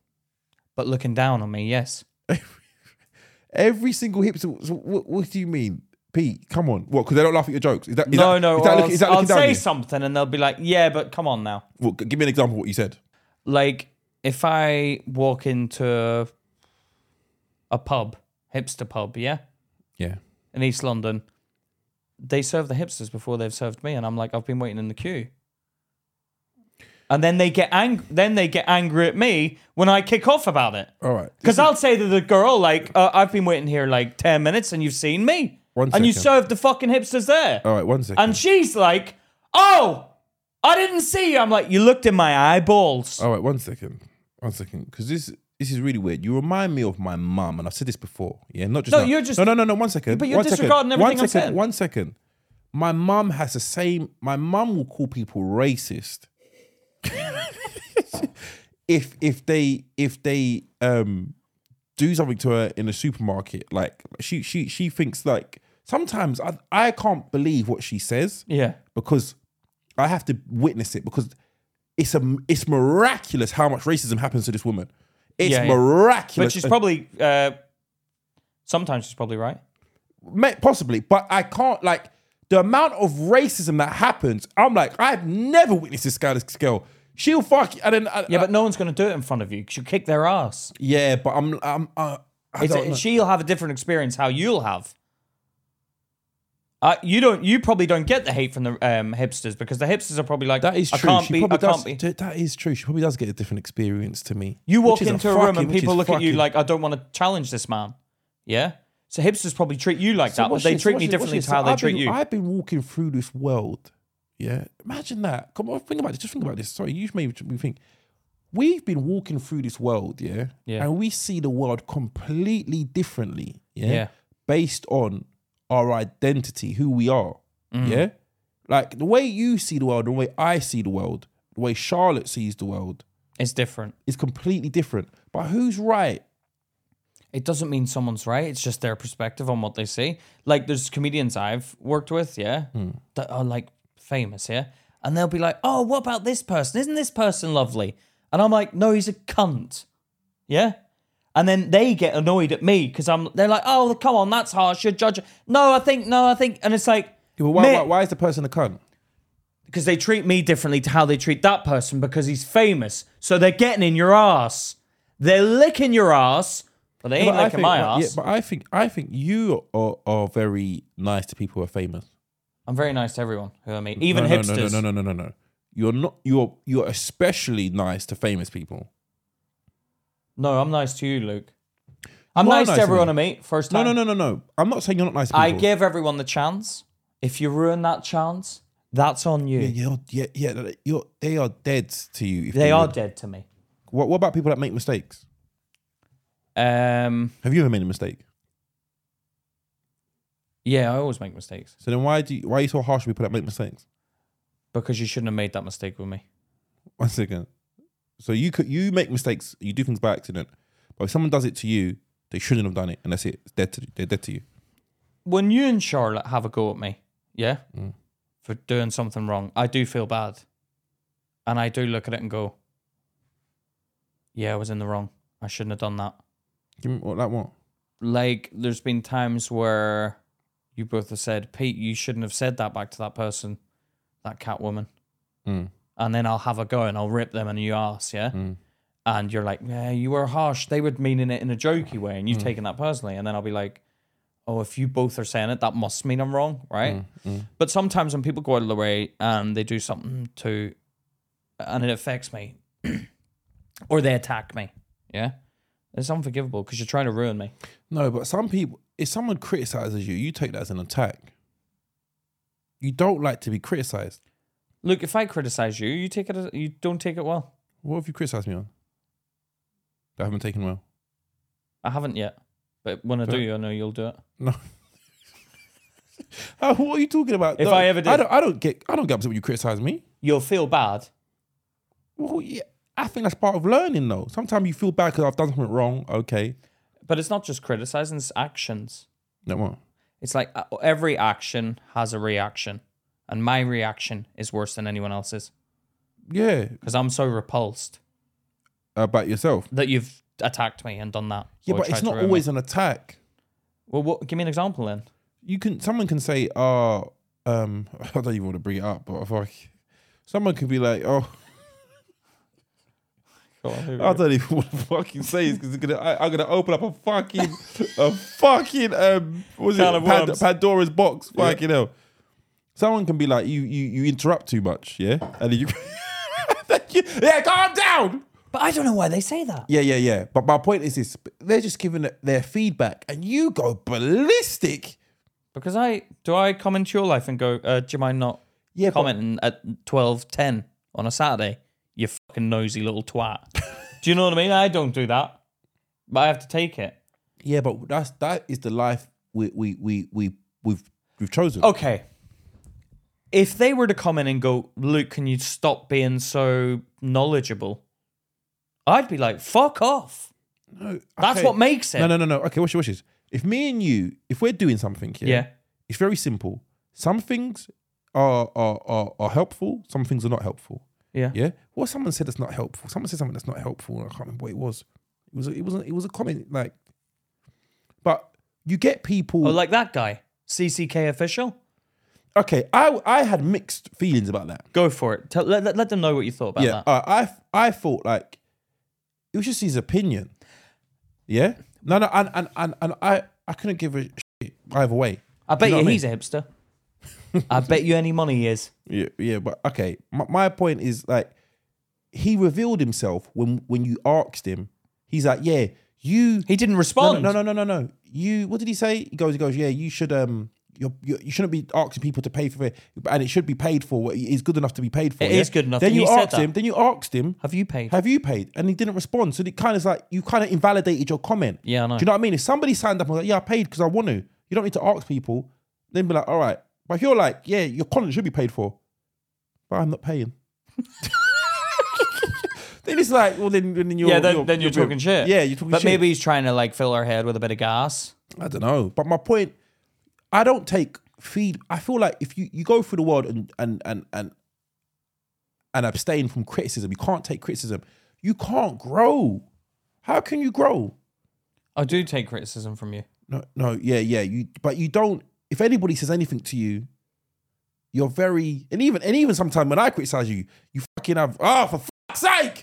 S2: but looking down on me. Yes.
S1: Every single hipster. So what, what do you mean, Pete? Come on, what? Because they don't laugh at your jokes. Is that is
S2: no,
S1: that,
S2: no.
S1: Is that
S2: I'll,
S1: looking, is that
S2: I'll
S1: looking down? on
S2: say
S1: you?
S2: something, and they'll be like, "Yeah, but come on now."
S1: Well, g- give me an example of what you said.
S2: Like, if I walk into a pub, hipster pub, yeah,
S1: Yeah.
S2: in East London, they serve the hipsters before they've served me, and I'm like, I've been waiting in the queue. And then they get ang- then they get angry at me when I kick off about it.
S1: All right.
S2: Because I'll say to the girl, like, uh, I've been waiting here like 10 minutes and you've seen me.
S1: One
S2: and you
S1: second. Oh.
S2: served the fucking hipsters there.
S1: All right. One second.
S2: And she's like, oh, I didn't see you. I'm like, you looked in my eyeballs.
S1: All right. One second. One second. Because this this is really weird. You remind me of my mum, and I've said this before. Yeah. Not just
S2: No,
S1: now.
S2: you're just-
S1: no no no no. One second.
S2: But you're
S1: one second,
S2: disregarding everything
S1: one
S2: I'm
S1: second,
S2: saying.
S1: One second. My mum has the same. My mum will call people racist. if if they if they um do something to her in a supermarket, like she she she thinks like sometimes I I can't believe what she says
S2: Yeah.
S1: because I have to witness it because it's a it's miraculous how much racism happens to this woman. It's
S2: Yeah, yeah. But
S1: miraculous,
S2: she's probably, uh, sometimes she's probably right.
S1: Ma- possibly, but I can't like the amount of racism that happens. I'm like, I've never witnessed this kind of scale. She'll fuck, and then I,
S2: Yeah, but no one's going to do it in front of you because you kick their ass.
S1: yeah, but I'm I'm uh, I
S2: It's
S1: don't know.
S2: she'll have a different experience how you'll have. Uh, you don't. You probably don't get the hate from the um, hipsters because the hipsters are probably like,
S1: that is
S2: I
S1: true.
S2: can't
S1: she
S2: be. I
S1: probably
S2: can't
S1: does.
S2: be.
S1: d- That is true. She probably does get a different experience to me.
S2: You walk
S1: which is
S2: into a, room
S1: fucking-
S2: and
S1: which
S2: people
S1: is
S2: look at you
S1: fucking-
S2: like, I don't want to challenge this man. Yeah. So hipsters probably treat you like that,
S1: So
S2: but
S1: watch
S2: they
S1: this,
S2: treat
S1: watch
S2: me
S1: this, watch
S2: differently
S1: this.
S2: to how
S1: So
S2: they
S1: I've
S2: treat
S1: been,
S2: you.
S1: I've been walking through this world. Yeah, imagine that. Come on, think about it. Just think about this. Sorry, you made me think. We've been walking through this world, yeah,
S2: Yeah.
S1: and we see the world completely differently, yeah,
S2: Yeah.
S1: based on our identity, who we are,
S2: Mm.
S1: yeah. Like the way you see the world, the way I see the world, the way Charlotte sees the world
S2: It's different.
S1: is completely different. But who's right?
S2: It doesn't mean someone's right. It's just their perspective on what they see. Like there's comedians I've worked with, yeah,
S1: Hmm.
S2: that are like famous, yeah, and they'll be like, "Oh, what about this person? Isn't this person lovely?" And I'm like, "No, he's a cunt," yeah. And then they get annoyed at me because I'm. They're like, "Oh, come on, that's harsh. You're judging." No, I think, no, I think, and it's like,
S1: Yeah, but why,
S2: mate,
S1: why, why is the person a cunt?
S2: because they treat me differently to how they treat that person because he's famous. So they're getting in your ass. They're licking your ass, but they ain't
S1: But I
S2: licking
S1: think-
S2: my
S1: but-
S2: ass.
S1: yeah, but I think I think you are, are very nice to people who are famous.
S2: I'm very nice to everyone who I meet, even
S1: no, no,
S2: hipsters.
S1: No, no, no, no, no, no. You're not. You're you're especially nice to famous people.
S2: No, I'm nice to you, Luke. I'm
S1: You are
S2: nice,
S1: nice
S2: to
S1: to
S2: everyone
S1: me.
S2: I meet. First
S1: No,
S2: time.
S1: no, no, no, no. I'm not saying you're not nice. To people.
S2: I give everyone the chance. If you ruin that chance, that's on you.
S1: Yeah, you're, yeah, yeah. no, no, You're, they are dead to you. If
S2: They are
S1: were-
S2: dead to me.
S1: What, what about people that make mistakes?
S2: Um,
S1: Have you ever made a mistake?
S2: yeah, I always make mistakes
S1: So then why do you, why are you so harsh with people that make mistakes?
S2: because you shouldn't have made that mistake with me.
S1: One second. So you could you make mistakes. You do things by accident. But if someone does it to you, they shouldn't have done it, and that's it. It's dead to they're dead to you.
S2: When you and Charlotte have a go at me, yeah,
S1: Mm.
S2: for doing something wrong, I do feel bad, and I do look at it and go, "Yeah, I was in the wrong. I shouldn't have done that."
S1: Give me what like what?
S2: like there's been times where you both have said, Pete, you shouldn't have said that back to that person, that cat woman.
S1: Mm.
S2: And then I'll have a go and I'll rip them in the ass, yeah? And you're like, yeah, you were harsh. They would mean it in a jokey way and you've taken that personally. And then I'll be like, oh, if you both are saying it, that must mean I'm wrong, right? But sometimes when people go out of the way and they do something to, and it affects me, or they attack me, yeah? It's unforgivable because you're trying to ruin me.
S1: No, but some people, if someone criticizes you, you take that as an attack. You don't like to be criticized.
S2: Look, if I criticize you, you take it. as- You don't take it well.
S1: What have you criticized me on? That I haven't taken well.
S2: I haven't yet, but when I do, I know you'll do it.
S1: No. Oh, what are you talking about?
S2: If
S1: No,
S2: I ever
S1: I
S2: did-
S1: don't, I don't get, I don't get upset when you criticize me.
S2: You'll feel bad.
S1: Well, yeah, I think that's part of learning, though. Sometimes you feel bad because I've done something wrong. Okay,
S2: But it's not just criticizing; it's actions.
S1: no what?
S2: It's like uh, every action has a reaction, and my reaction is worse than anyone else's
S1: Yeah,
S2: because I'm so repulsed
S1: about yourself.
S2: that you've attacked me and done that.
S1: Yeah,
S2: or
S1: but
S2: tried
S1: it's
S2: to
S1: not
S2: ruin me.
S1: always an attack.
S2: Well, what, give me an example then.
S1: you can someone can say, oh, um, I don't even want to bring it up, but fuck. Someone could be like, oh,
S2: Go on, here we
S1: I
S2: go.
S1: don't even want to fucking say this because it's gonna, I, I'm gonna open up a fucking, a fucking, um, what was it,
S2: Can of
S1: Pand-
S2: worms.
S1: Pandora's box? Fucking hell. Someone can be like, you, you, you interrupt too much, yeah, and then you, yeah, calm down.
S2: But I don't know why they say that.
S1: Yeah, yeah, yeah. But my point is this: they're just giving their feedback, and you go ballistic.
S2: Because I do. I come into your life and go, uh, "Do you mind not
S1: Yeah, but-
S2: commenting at twelve ten on a Saturday? You fucking nosy little twat." do you know what I mean? I don't do that, but I have to take it.
S1: Yeah, but that's that is the life we we we we we've we've chosen.
S2: Okay. If they were to come in and go, Luke, can you stop being so knowledgeable? I'd be like, fuck off. That's
S1: Okay.
S2: what makes it.
S1: No, no, no, no. Okay, what's your wishes? If me and you, if we're doing something here,
S2: Yeah.
S1: it's very simple. Some things are are are, are helpful. Some things are not helpful.
S2: Yeah.
S1: Yeah. What someone said that's not helpful. Someone said something that's not helpful. I can't remember what it was. It was a, it wasn't it was a comment like. But you get people.
S2: Or Oh, like that guy, CCK official.
S1: okay, I I had mixed feelings about that.
S2: Go for it. Tell, let, let, let them know what you thought about
S1: Yeah,
S2: that.
S1: uh, I I thought like it was just his opinion. Yeah, no, no, and and and, and I I couldn't give a shit either way.
S2: I bet
S1: you know
S2: you,
S1: what I
S2: he's a hipster. I bet you any money he is.
S1: Yeah, yeah, but okay. My, my point is like he revealed himself when when you asked him. He's like, yeah, you.
S2: He didn't
S1: no,
S2: respond.
S1: no, no, no, no, no. You. What did he say? He goes, he goes. Yeah, you should um. You're, you're, you shouldn't be asking people to pay for it, and it should be paid for. It's good enough to be paid for.
S2: It
S1: It is
S2: is good enough,
S1: Then
S2: and
S1: you
S2: he said
S1: asked
S2: that.
S1: him. Then you asked him.
S2: Have you paid?
S1: have you paid? And he didn't respond. So it kind of like you kind of invalidated your comment.
S2: Yeah, I know.
S1: Do you know what I mean? If somebody signed up and was like, yeah, I paid because I want to, you don't need to ask people. Then be like, all right. But if you're like, yeah, your content should be paid for, but I'm not paying. then it's like, well, then, then you're
S2: yeah, then
S1: you're,
S2: you're, then you're, talking shit.
S1: Yeah, you're talking
S2: But
S1: shit.
S2: maybe he's trying to like fill her head with a bit of gas.
S1: I don't know. But my point, I don't take feed. I feel like if you, you go through the world and and and and and abstain from criticism, you can't take criticism. You can't grow. How can you grow?
S2: I do take criticism from you.
S1: No, no, yeah, yeah. You but you don't. If anybody says anything to you, you're very and even and even sometimes when I criticize you, you fucking have oh for fuck's sake.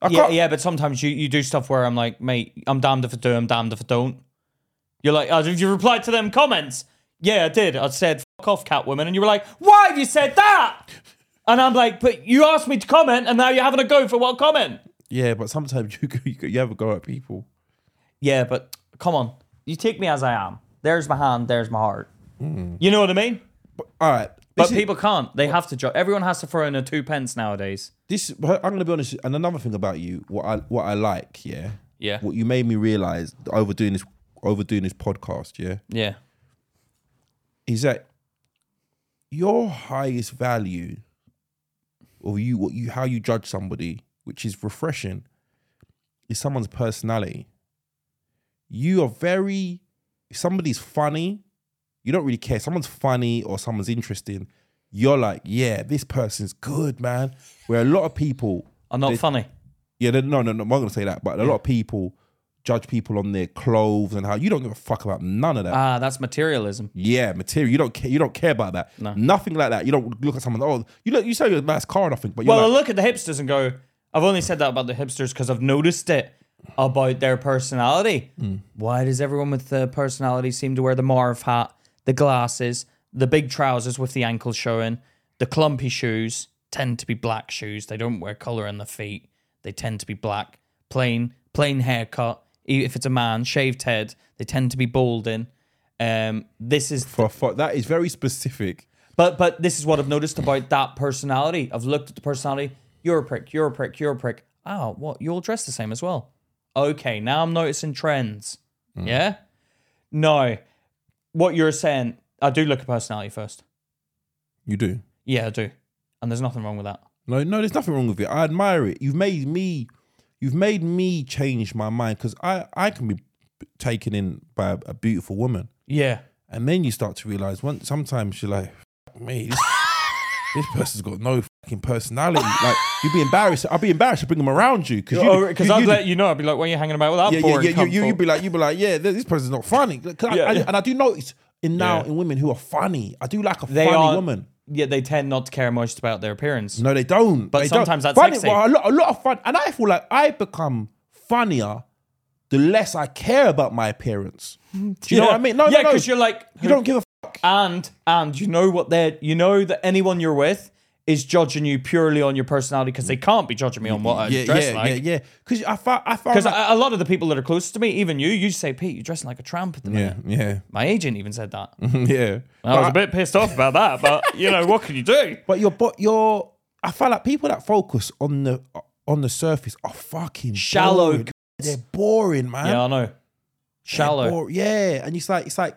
S1: I
S2: Yeah,
S1: can't-
S2: yeah, but sometimes you, you do stuff where I'm like, mate, I'm damned if I do, I'm damned if I don't. You're like, oh, did you reply to them comments? Yeah, I did. I said, fuck off, Catwoman. And you were like, why have you said that? And I'm like, but you asked me to comment and now you're having a go for what comment?
S1: yeah, but sometimes you go, you, go, you have a go at people.
S2: Yeah, but come on. You take me as I am. There's my hand, there's my heart.
S1: Hmm.
S2: You know what I mean?
S1: All right,
S2: But
S1: this is-
S2: people can't. They have to drop. Everyone has to throw in a two pence nowadays.
S1: this I'm gonna be honest. And another thing about you, what I what I like, yeah,
S2: Yeah.
S1: what you made me realize overdoing this overdoing this podcast, yeah,
S2: Yeah.
S1: is that your highest value or you what you how you judge somebody, which is refreshing, is someone's personality. You are very if somebody's funny, you don't really care. Someone's funny or someone's interesting, you're like, yeah, this person's good, man. Where a lot of people
S2: I'm not funny.
S1: yeah, they- no, no, no. I'm not gonna say that, but a lot of people judge people on their clothes and how you don't give a fuck about none of that.
S2: Ah, that's materialism.
S1: yeah, material. You don't care. You don't care about that. Nothing like that. You don't look at someone. Oh, you look. You sell your nice car or nothing, but you're
S2: Well, I
S1: like,
S2: look at the hipsters and go, I've only said that about the hipsters because I've noticed it about their personality.
S1: Hmm.
S2: Why does everyone with the personality seem to wear the Marv hat, the glasses, the big trousers with the ankles showing, the clumpy shoes tend to be black shoes. They don't wear color in the feet. They tend to be black, plain, plain haircut. E- If it's a man, shaved head. They tend to be balding. Um, this is
S1: for fuck. That is very specific.
S2: but but this is what I've noticed about that personality. I've looked at the personality. You're a prick. You're a prick. You're a prick. Oh, what? You all dress the same as well. Okay, now I'm noticing trends.
S1: Mm.
S2: Yeah. No, what you're saying, I do look at personality first.
S1: You do.
S2: Yeah, I do, and there's nothing wrong with that.
S1: No, no. There's nothing wrong with it. I admire it. You've made me. You've made me change my mind because I I can be taken in by a, a beautiful woman,
S2: Yeah.
S1: and then you start to realize one. Sometimes you're like, fuck me. This, this person's got no fucking personality. Like you'd be embarrassed. I'd be embarrassed to bring them around you because
S2: Because I'd let you know. I'd be like, "What are you hanging about with that
S1: yeah, yeah,
S2: boring
S1: yeah. You, you,
S2: cunt
S1: you'd
S2: for?"
S1: be like, you'd be like, yeah, th- this person's not funny. Like, 'cause I-
S2: Yeah,
S1: I-
S2: yeah.
S1: And I do notice in now
S2: Yeah.
S1: in women who are funny. I do like a
S2: They
S1: funny
S2: are-
S1: woman.
S2: Yeah, they tend not to care most about their appearance.
S1: No, they don't. But
S2: sometimes that's
S1: funny.
S2: sexy.
S1: Well, a lot, a lot of fun, and I feel like I become funnier the less I care about my appearance. Do you know what I mean? No, no,
S2: yeah,
S1: no.
S2: because you're like,
S1: you don't give a fuck.
S2: and and you know what they're you know that anyone you're with is judging you purely on your personality because they can't be judging me on what I
S1: Yeah,
S2: dress
S1: yeah,
S2: like.
S1: yeah, yeah. Because I found, I found,
S2: Because
S1: that-
S2: a a lot of the people that are closest to me, even you, you say, Pete, you're dressing like a tramp at the minute.
S1: yeah, Mm-hmm. yeah,
S2: My agent even said that.
S1: yeah.
S2: I was a bit pissed off about that, but you know, what can you do?
S1: But your, but your, I find like people that focus on the on the surface are fucking
S2: Shallow
S1: boring. They're boring, man.
S2: Yeah, I know. Shallow.
S1: Or- yeah, and it's like it's like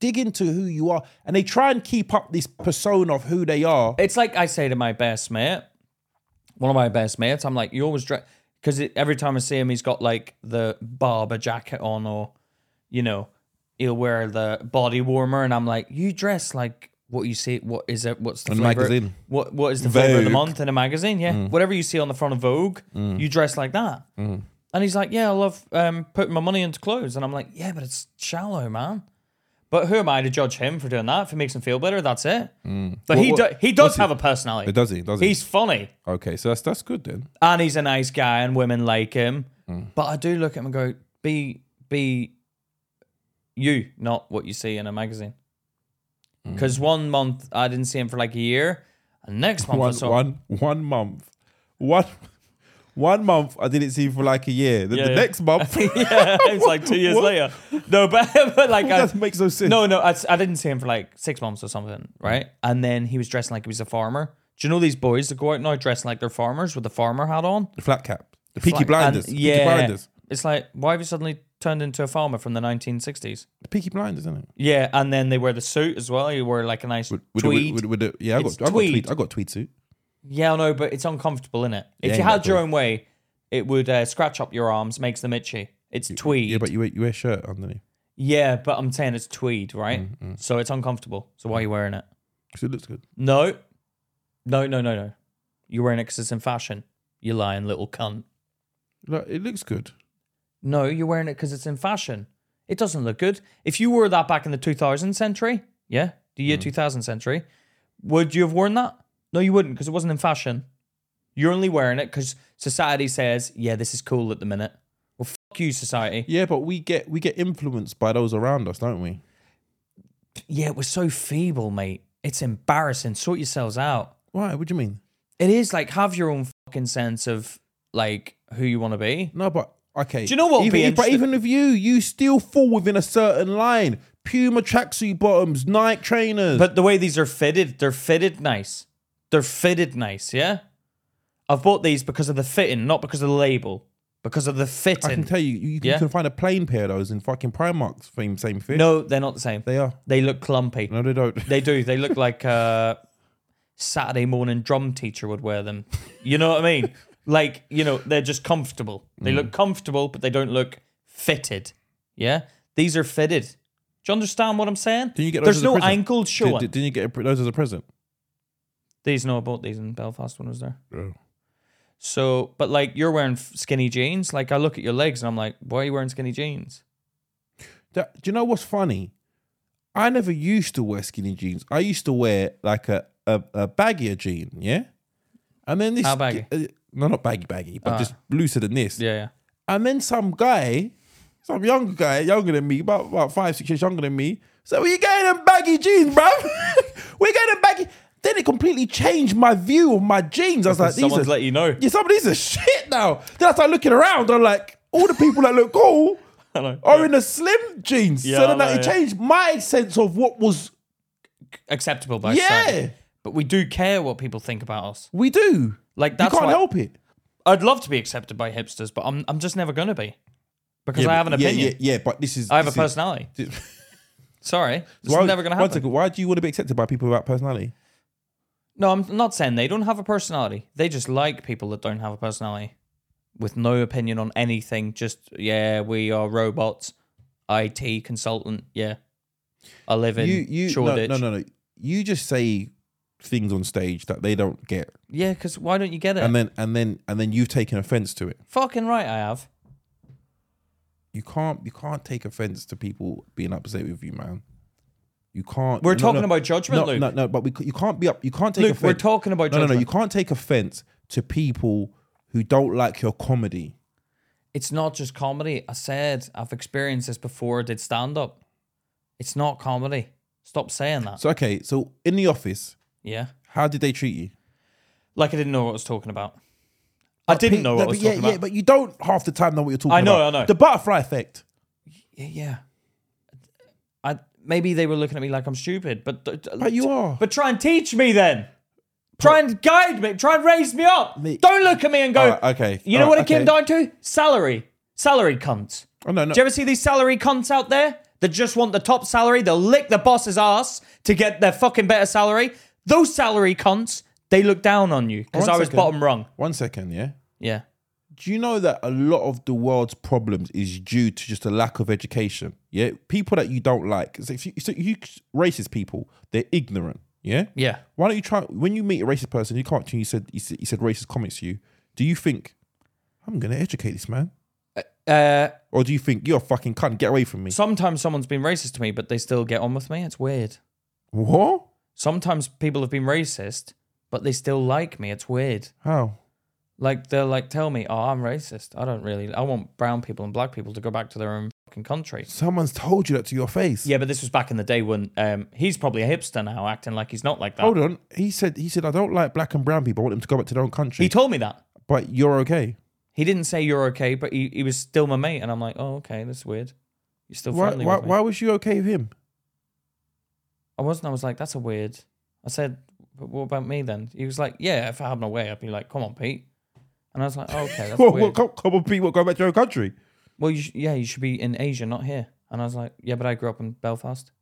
S1: dig into who you are, and they try and keep up this persona of who they are.
S2: It's like I say to my best mate, one of my best mates, I'm like, you always dress because every time I see him, he's got like the barber jacket on, or you know, he'll wear the body warmer, and I'm like, you dress like what you see. What is it? What's the
S1: A
S2: flavor?
S1: magazine.
S2: What what is the flavor of the
S1: Vogue. Mm.
S2: month in a magazine? Yeah, whatever you see on the front of Vogue, you dress like that. And he's like, yeah, I love um, putting my money into clothes, and I'm like, yeah, but it's shallow, man. But who am I to judge him for doing that? If it makes him feel better, that's it. But he
S1: Mm. What- what-
S2: do- he does have a personality.
S1: It does he? Does he?
S2: He's funny
S1: okay, so that's that's good then.
S2: and he's a nice guy and women like him.
S1: Hmm.
S2: But I do look at him and go, be be you, not what you see in a magazine.
S1: Hmm.
S2: Because one month I didn't see him for like a year, and next month I
S1: One
S2: saw
S1: one one month, one one month. I didn't see him for like a year. The,
S2: Yeah,
S1: the
S2: yeah.
S1: next month
S2: yeah, it was like two years
S1: What?
S2: later. No, but, but like I,
S1: doesn't make no sense.
S2: No, no, I, s- I didn't see him for like six months or something, right? And then he was dressing like he was a farmer. Do you know these boys that go out now dressing like they're farmers with a farmer hat on?
S1: the flat cap, the Peaky
S2: Like,
S1: Blinders,
S2: and-
S1: the Peaky Blinders,
S2: It's like, why have you suddenly turned into a farmer from the 1960s?
S1: the Peaky Blinders, isn't it?
S2: Yeah, and then they wear the suit as well. You wear like a nice
S1: With the- with-
S2: tweed.
S1: with- with the- yeah, I
S2: It's
S1: got, I got
S2: tweed.
S1: tweed. I got tweed suit.
S2: yeah, I know, but it's uncomfortable, is it? If
S1: Yeah,
S2: you had
S1: exactly.
S2: your own way, it would uh, scratch up your arms, makes them itchy. It's tweed.
S1: Yeah, but you wear, you wear shirt underneath
S2: Yeah, but I'm saying it's tweed, right?
S1: Mm,
S2: So it's uncomfortable. So why are you wearing it?
S1: because it looks good.
S2: No, no, no, no, no. You're wearing it because it's in fashion. You lying little cunt.
S1: Like, it looks good.
S2: No, you're wearing it because it's in fashion. It doesn't look good. If you wore that back in the 2000th century, yeah, the year 2000 century, would you have worn that? No, you wouldn't because it wasn't in fashion. You're only wearing it because society says, yeah, this is cool at the minute. Well, fuck you, society.
S1: Yeah, but we get we get influenced by those around us, don't we?
S2: Yeah, we're so feeble, mate. It's embarrassing. Sort yourselves out.
S1: Why? What do you mean?
S2: It is like have your own fucking sense of like who you want to be.
S1: No, but okay.
S2: Do you know what would
S1: Even,
S2: be
S1: but
S2: interesting?
S1: even with you, you still fall within a certain line. Puma tracksuit bottoms, Nike trainers.
S2: But the way these are fitted, they're fitted nice. They're fitted nice, yeah? I've bought these because of the fitting, not because of the label. Because of the
S1: I can
S2: fitting.
S1: tell you, you,
S2: Yeah.
S1: you can find a plain pair of those in fucking Primark's same same fit.
S2: no, they're not the same.
S1: they are.
S2: They look clumpy.
S1: No, they don't.
S2: They do. They look like a Saturday morning drum teacher would wear them. You know what I mean? Like, you know, they're just comfortable. They
S1: Mm.
S2: look comfortable, but they don't look fitted. Yeah? These are fitted. Do you understand what I'm saying?
S1: Didn't you get those
S2: There's
S1: as a
S2: no
S1: present?
S2: ankle showing.
S1: Did, did, not you get a pre- those as a present?
S2: These, no, I bought these in Belfast when I was there.
S1: No.
S2: So, but like you're wearing f- skinny jeans. Like I look at your legs and I'm like, why are you wearing skinny jeans?
S1: That- do you know what's funny? I never used to wear skinny jeans. I used to wear like a a, a baggier jean, yeah. And then this,
S2: How baggy?
S1: uh, no, not baggy, baggy, but just looser than this.
S2: Yeah, yeah.
S1: And then some guy, some young guy, younger than me, about, about five, six years younger than me, said, Well, you're getting them baggy jeans, bruv. We're getting them baggy. Then it completely changed my view of my jeans. I was like, These are,
S2: Someone's let you know.
S1: yeah, some of these are shit now. Then I started looking around. I'm like, All the people that look cool
S2: Hello.
S1: are in the slim jeans.
S2: Yeah,
S1: so
S2: I
S1: then
S2: know,
S1: that it
S2: yeah.
S1: changed my sense of what was,
S2: Acceptable by
S1: yeah,
S2: society. But we do care what people think about us.
S1: we do.
S2: Like that's
S1: you can't
S2: why
S1: help it.
S2: I'd love to be accepted by hipsters, but I'm I'm just never gonna be because I have an
S1: yeah,
S2: opinion.
S1: Yeah, yeah, but this is.
S2: I have a
S1: this is-
S2: personality.
S1: this-
S2: Sorry, it's
S1: Why-
S2: never gonna
S1: one
S2: happen.
S1: second, why do you want to be accepted by people without personality?
S2: No, I'm not saying they don't have a personality. They just like people that don't have a personality with no opinion on anything. Just, yeah, we are robots, IT consultant. Yeah. I live in
S1: you you no,
S2: Shoreditch.
S1: no no no you just say things on stage that they don't get
S2: Yeah, because why don't you get it?
S1: and then and then and then you've taken offense to it
S2: Fucking right, I have.
S1: you can't you can't take offense to people being upset with you man you can't
S2: We're
S1: no,
S2: talking
S1: no,
S2: about judgment,
S1: no,
S2: Luke.
S1: no no but we, c- you can't be up you can't take
S2: Luke,
S1: offense
S2: we're talking about
S1: no no
S2: judgment.
S1: no you can't take offense to people who don't like your comedy
S2: It's not just comedy. I said I've experienced this before I did stand up. It's not comedy. Stop saying that.
S1: so okay so in the office
S2: yeah.
S1: how did they treat you
S2: Like I didn't know what I was talking about. I didn't know what I
S1: No,
S2: was
S1: but yeah,
S2: talking
S1: yeah
S2: about.
S1: but you don't half the time know what you're talking
S2: I know,
S1: about
S2: I know.
S1: the butterfly effect
S2: Yeah, yeah. I maybe they were looking at me like I'm stupid, but
S1: but you are
S2: But try and teach me then. Try and guide me. Try and raise me up.
S1: Me-
S2: Don't look at me and go.
S1: Alright, okay.
S2: You know
S1: Alright,
S2: what it came
S1: okay.
S2: down to? Salary. Salary cunts.
S1: oh, no, no.
S2: Do you ever see these salary cunts out there that just want the top salary? They'll lick the boss's ass to get their fucking better salary. Those salary cunts, they look down on you because
S1: One
S2: I was
S1: second.
S2: bottom rung.
S1: One second, yeah.
S2: Yeah.
S1: Do you know that a lot of the world's problems is due to just a lack of education? Yeah, people that you don't like. So if you, so you racist people, they're ignorant. Yeah,
S2: Yeah.
S1: Why don't you try when you meet a racist person? You can't. You said you said, you said racist comments to you. Do you think I'm gonna educate this man,
S2: Uh,
S1: or do you think you're a fucking cunt? Get away from me.
S2: sometimes someone's been racist to me, but they still get on with me. It's weird.
S1: what?
S2: sometimes people have been racist, but they still like me. It's weird.
S1: How?
S2: Like they'll like tell me, "Oh, I'm racist. I don't really. I want brown people and black people to go back to their own fucking country."
S1: Someone's told you that to your face.
S2: Yeah, but this was back in the day when um, he's probably a hipster now, acting like he's not like that.
S1: Hold on. He said. He said I don't like black and brown people. I want them to go back to their own country.
S2: He told me that.
S1: but you're okay.
S2: He didn't say you're okay, but he, he was still my mate, and I'm like, "Oh, okay, that's weird. You're still
S1: Why?
S2: friendly
S1: Why,
S2: with me."
S1: why was you okay with him?
S2: I wasn't. I was like, "That's a weird." I said, "But what about me then?" He was like, "Yeah, if I had my way, I'd be like, come on, Pete." And I was like, oh, "Okay, that's
S1: Well,
S2: weird."
S1: well, come, come on, Pete, what, go back to your own country.
S2: well, you sh- yeah, you should be in Asia, not here. And I was like, yeah, but I grew up in Belfast.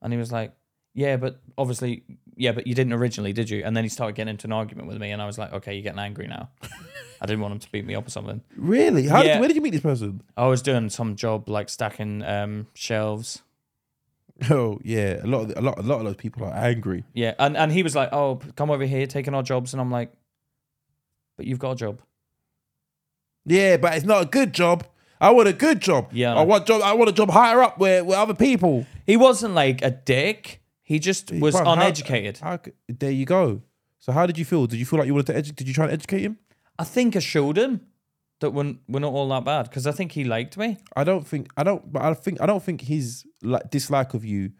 S2: And he was like, yeah, but obviously, yeah, but you didn't originally, did you? And then he started getting into an argument with me, and I was like, okay, you're getting angry now. I didn't want him to beat me up or something.
S1: Really? How
S2: Yeah.
S1: did, where did you meet this person?
S2: I was doing some job like stacking um, shelves.
S1: Oh yeah, a lot, of, the- a lot, a lot of those people are angry.
S2: Yeah, and and he was like, oh, p- come over here, taking our jobs, and I'm like, but you've got a job.
S1: Yeah, but it's not a good job. I want a good job.
S2: Yeah.
S1: I want job. I want a job higher up where, where other people.
S2: He wasn't like a dick. He just was
S1: Bruv, how-
S2: uneducated.
S1: how c- there you go. So how did you feel? Did you feel like you wanted to educate? Did you try and educate him?
S2: I think I showed him that we're, we're not all that bad because I think he liked me.
S1: I don't think I don't. But I think I don't think his like dislike of you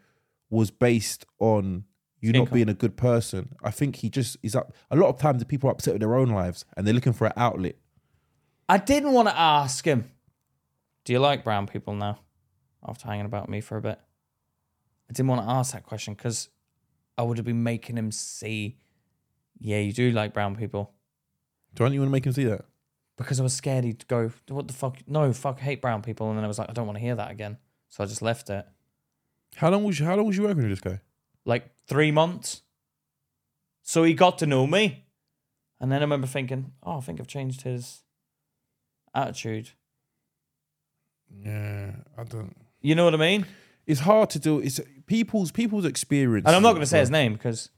S1: was based on you not
S2: Income.
S1: being a good person. I think he just is up. A lot of times, the people are upset with their own lives and they're looking for an outlet.
S2: I didn't want to ask him, Do you like brown people now? After hanging about me for a bit. I didn't want to ask that question because I would have been making him see, Yeah, you do like brown people.
S1: Don't you want to make him see that?
S2: Because I was scared he'd go, What the fuck? No, fuck, I hate brown people. And then I was like, I don't want to hear that again. So I just left it.
S1: How long was you, how long was you working with this guy?
S2: like three months. So he got to know me. And then I remember thinking, oh, I think I've changed his attitude.
S1: Yeah, I don't.
S2: You know what I mean?
S1: It's hard to do. It's people's people's experience.
S2: And I'm not going to say his name because.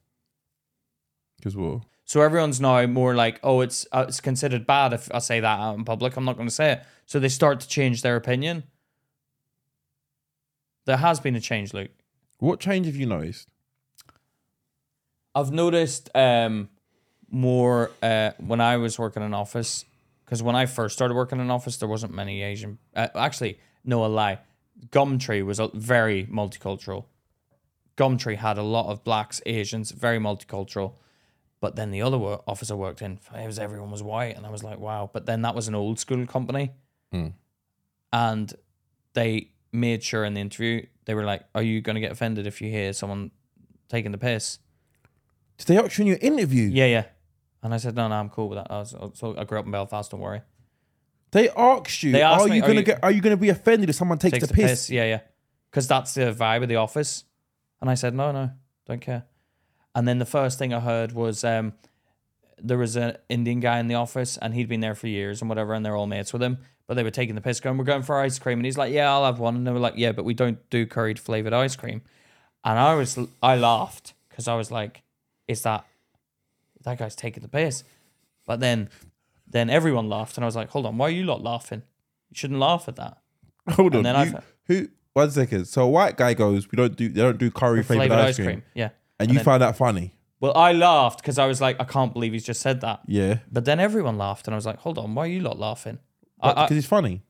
S1: Because what?
S2: So everyone's now more like, oh, it's uh, it's considered bad if I say that out in public. I'm not going to say it. So they start to change their opinion. There has been a change, Luke.
S1: What change have you noticed?
S2: I've noticed um, more uh, when I was working in office because when I first started working in office, there wasn't many Asian. Uh, actually, no, a lie. Gumtree was a very multicultural. Gumtree had a lot of blacks, Asians, very multicultural. But then the other wo- office I worked in, it was everyone was white, and I was like, wow. But then that was an old school company, and they made sure in the interview they were like, "Are you going to get offended if you hear someone taking the piss?"
S1: Did they actually in your interview?
S2: Yeah, yeah. And I said, no, no, I'm cool with that. I was, so I grew up in Belfast. Don't worry.
S1: They asked you,
S2: They asked
S1: are
S2: me,
S1: you
S2: are
S1: gonna
S2: you-
S1: get are you gonna be offended if someone takes,
S2: Takes
S1: the piss?
S2: Yeah, yeah. Because that's the vibe of the office. And I said, no, no, don't care. And then the first thing I heard was um, there was an Indian guy in the office, and he'd been there for years and whatever, and they're all mates with him. But they were taking the piss, going, "We're going for ice cream," and he's like, "Yeah, I'll have one." And they were like, "Yeah, but we don't do curried flavored ice cream." And I was, I laughed because I was like, "Is that that guy's taking the piss?" But then, then everyone laughed, and I was like, "Hold on, why are you lot laughing? You shouldn't laugh at that."
S1: Hold on.
S2: And then
S1: you-
S2: I've-
S1: who one second. So a white guy goes, We don't do they don't do curry flavoured ice, cream.
S2: yeah.
S1: And, you find that funny.
S2: Well, I laughed because I was like, I can't believe he's just said that.
S1: Yeah.
S2: But then everyone laughed, and I was like, hold on, why are you lot laughing? I, I,
S1: Because it's funny.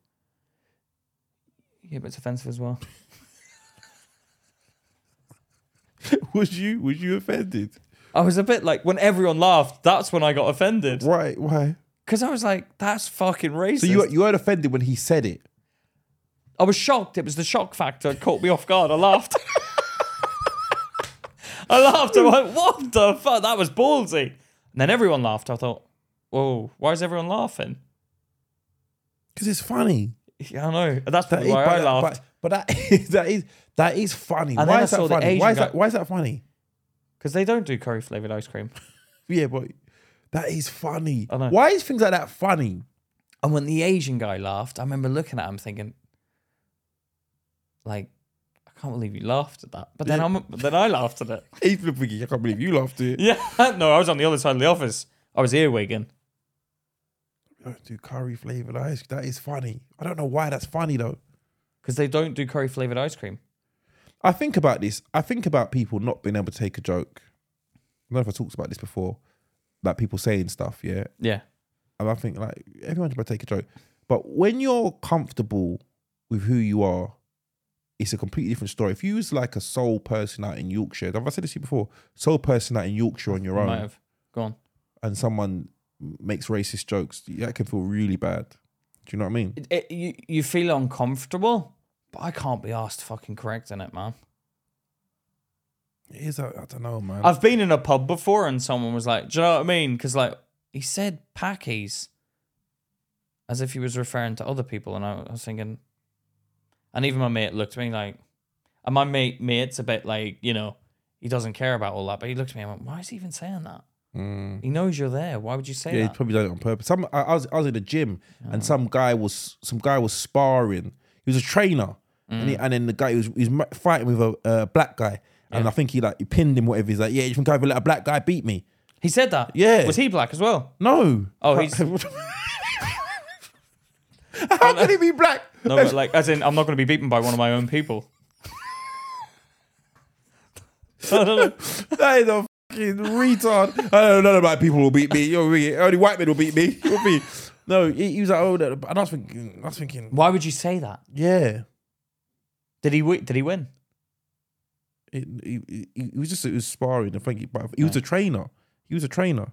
S2: yeah, but it's offensive as well.
S1: was you was you offended?
S2: I was a bit like, when everyone laughed, that's when I got offended.
S1: Why why?
S2: Because I was like, that's fucking racist.
S1: So you you weren't offended when he said it.
S2: I was shocked. It was the shock factor. It caught me off guard. I laughed. I laughed. I'm like, what the fuck? That was ballsy. And then everyone laughed. I thought, whoa, why is everyone laughing?
S1: Because it's funny.
S2: Yeah, I know. That's
S1: That
S2: probably
S1: is-
S2: why I
S1: but,
S2: laughed.
S1: but, but that is that is that is funny.
S2: And then
S1: why
S2: I
S1: is that
S2: saw the
S1: funny?
S2: Asian
S1: Why is
S2: guy-
S1: that why is that funny?
S2: Because they don't do curry flavored ice cream.
S1: Yeah, but that is funny.
S2: I know.
S1: Why is things like that funny?
S2: And when the Asian guy laughed, I remember looking at him thinking, like, I can't believe you laughed at that. But then I'm, but then I laughed at it.
S1: He's been thinking, I can't believe you laughed at it.
S2: Yeah, no, I was on the other side of the office. I was earwigging.
S1: Don't do curry flavored ice. That is funny. I don't know why that's funny though.
S2: because they don't do curry flavored ice cream.
S1: I think about this. I think about people not being able to take a joke. I don't know if I talked about this before. Like people saying stuff, yeah.
S2: Yeah,
S1: And I think like everyone's about to take a joke. But when you're comfortable with who you are, it's a completely different story. If you was like a sole person out in Yorkshire, have I said this to you before? Sole person out in Yorkshire on your
S2: might
S1: own
S2: have gone.
S1: and someone makes racist jokes, that can feel really bad. Do you know what I mean?
S2: It, it, you you feel uncomfortable, but I can't be asked fucking correcting it, man.
S1: It is, I, I don't know, man.
S2: I've been in a pub before and someone was like, "Do you know what I mean?" Because like he said "packies," as if he was referring to other people, and I, I was thinking, and even my mate looked at me like, and my mate mate's a bit like you know he doesn't care about all that, but he looked at me and went, "Why is he even saying that?
S1: Mm.
S2: He knows you're there. Why would you say
S1: Yeah, he's
S2: that?"
S1: probably done it on purpose. Some I, I was I was in the gym and some guy was some guy was sparring. He was a trainer, and, he, and then the guy he was he was ma- fighting with a uh, black guy, and I think he like he pinned him. Whatever he's like, yeah, you think I would let a black guy beat me?
S2: He said that.
S1: Yeah.
S2: Was he black as well?
S1: No.
S2: Oh, he's-
S1: How could he be black?
S2: No, but like, as in, I'm not going to be beaten by one of my own people.
S1: That is a fucking retard. I don't know, none of my people will beat me. You'll be, only white men will beat me. You'll be. No, he, he was like, oh, no. and I was thinking, I was thinking,
S2: Why would you say that?
S1: yeah.
S2: Did he wi- did he win?
S1: It, he, he- he, was just it was sparring. I think he, but he was a trainer. He was a trainer.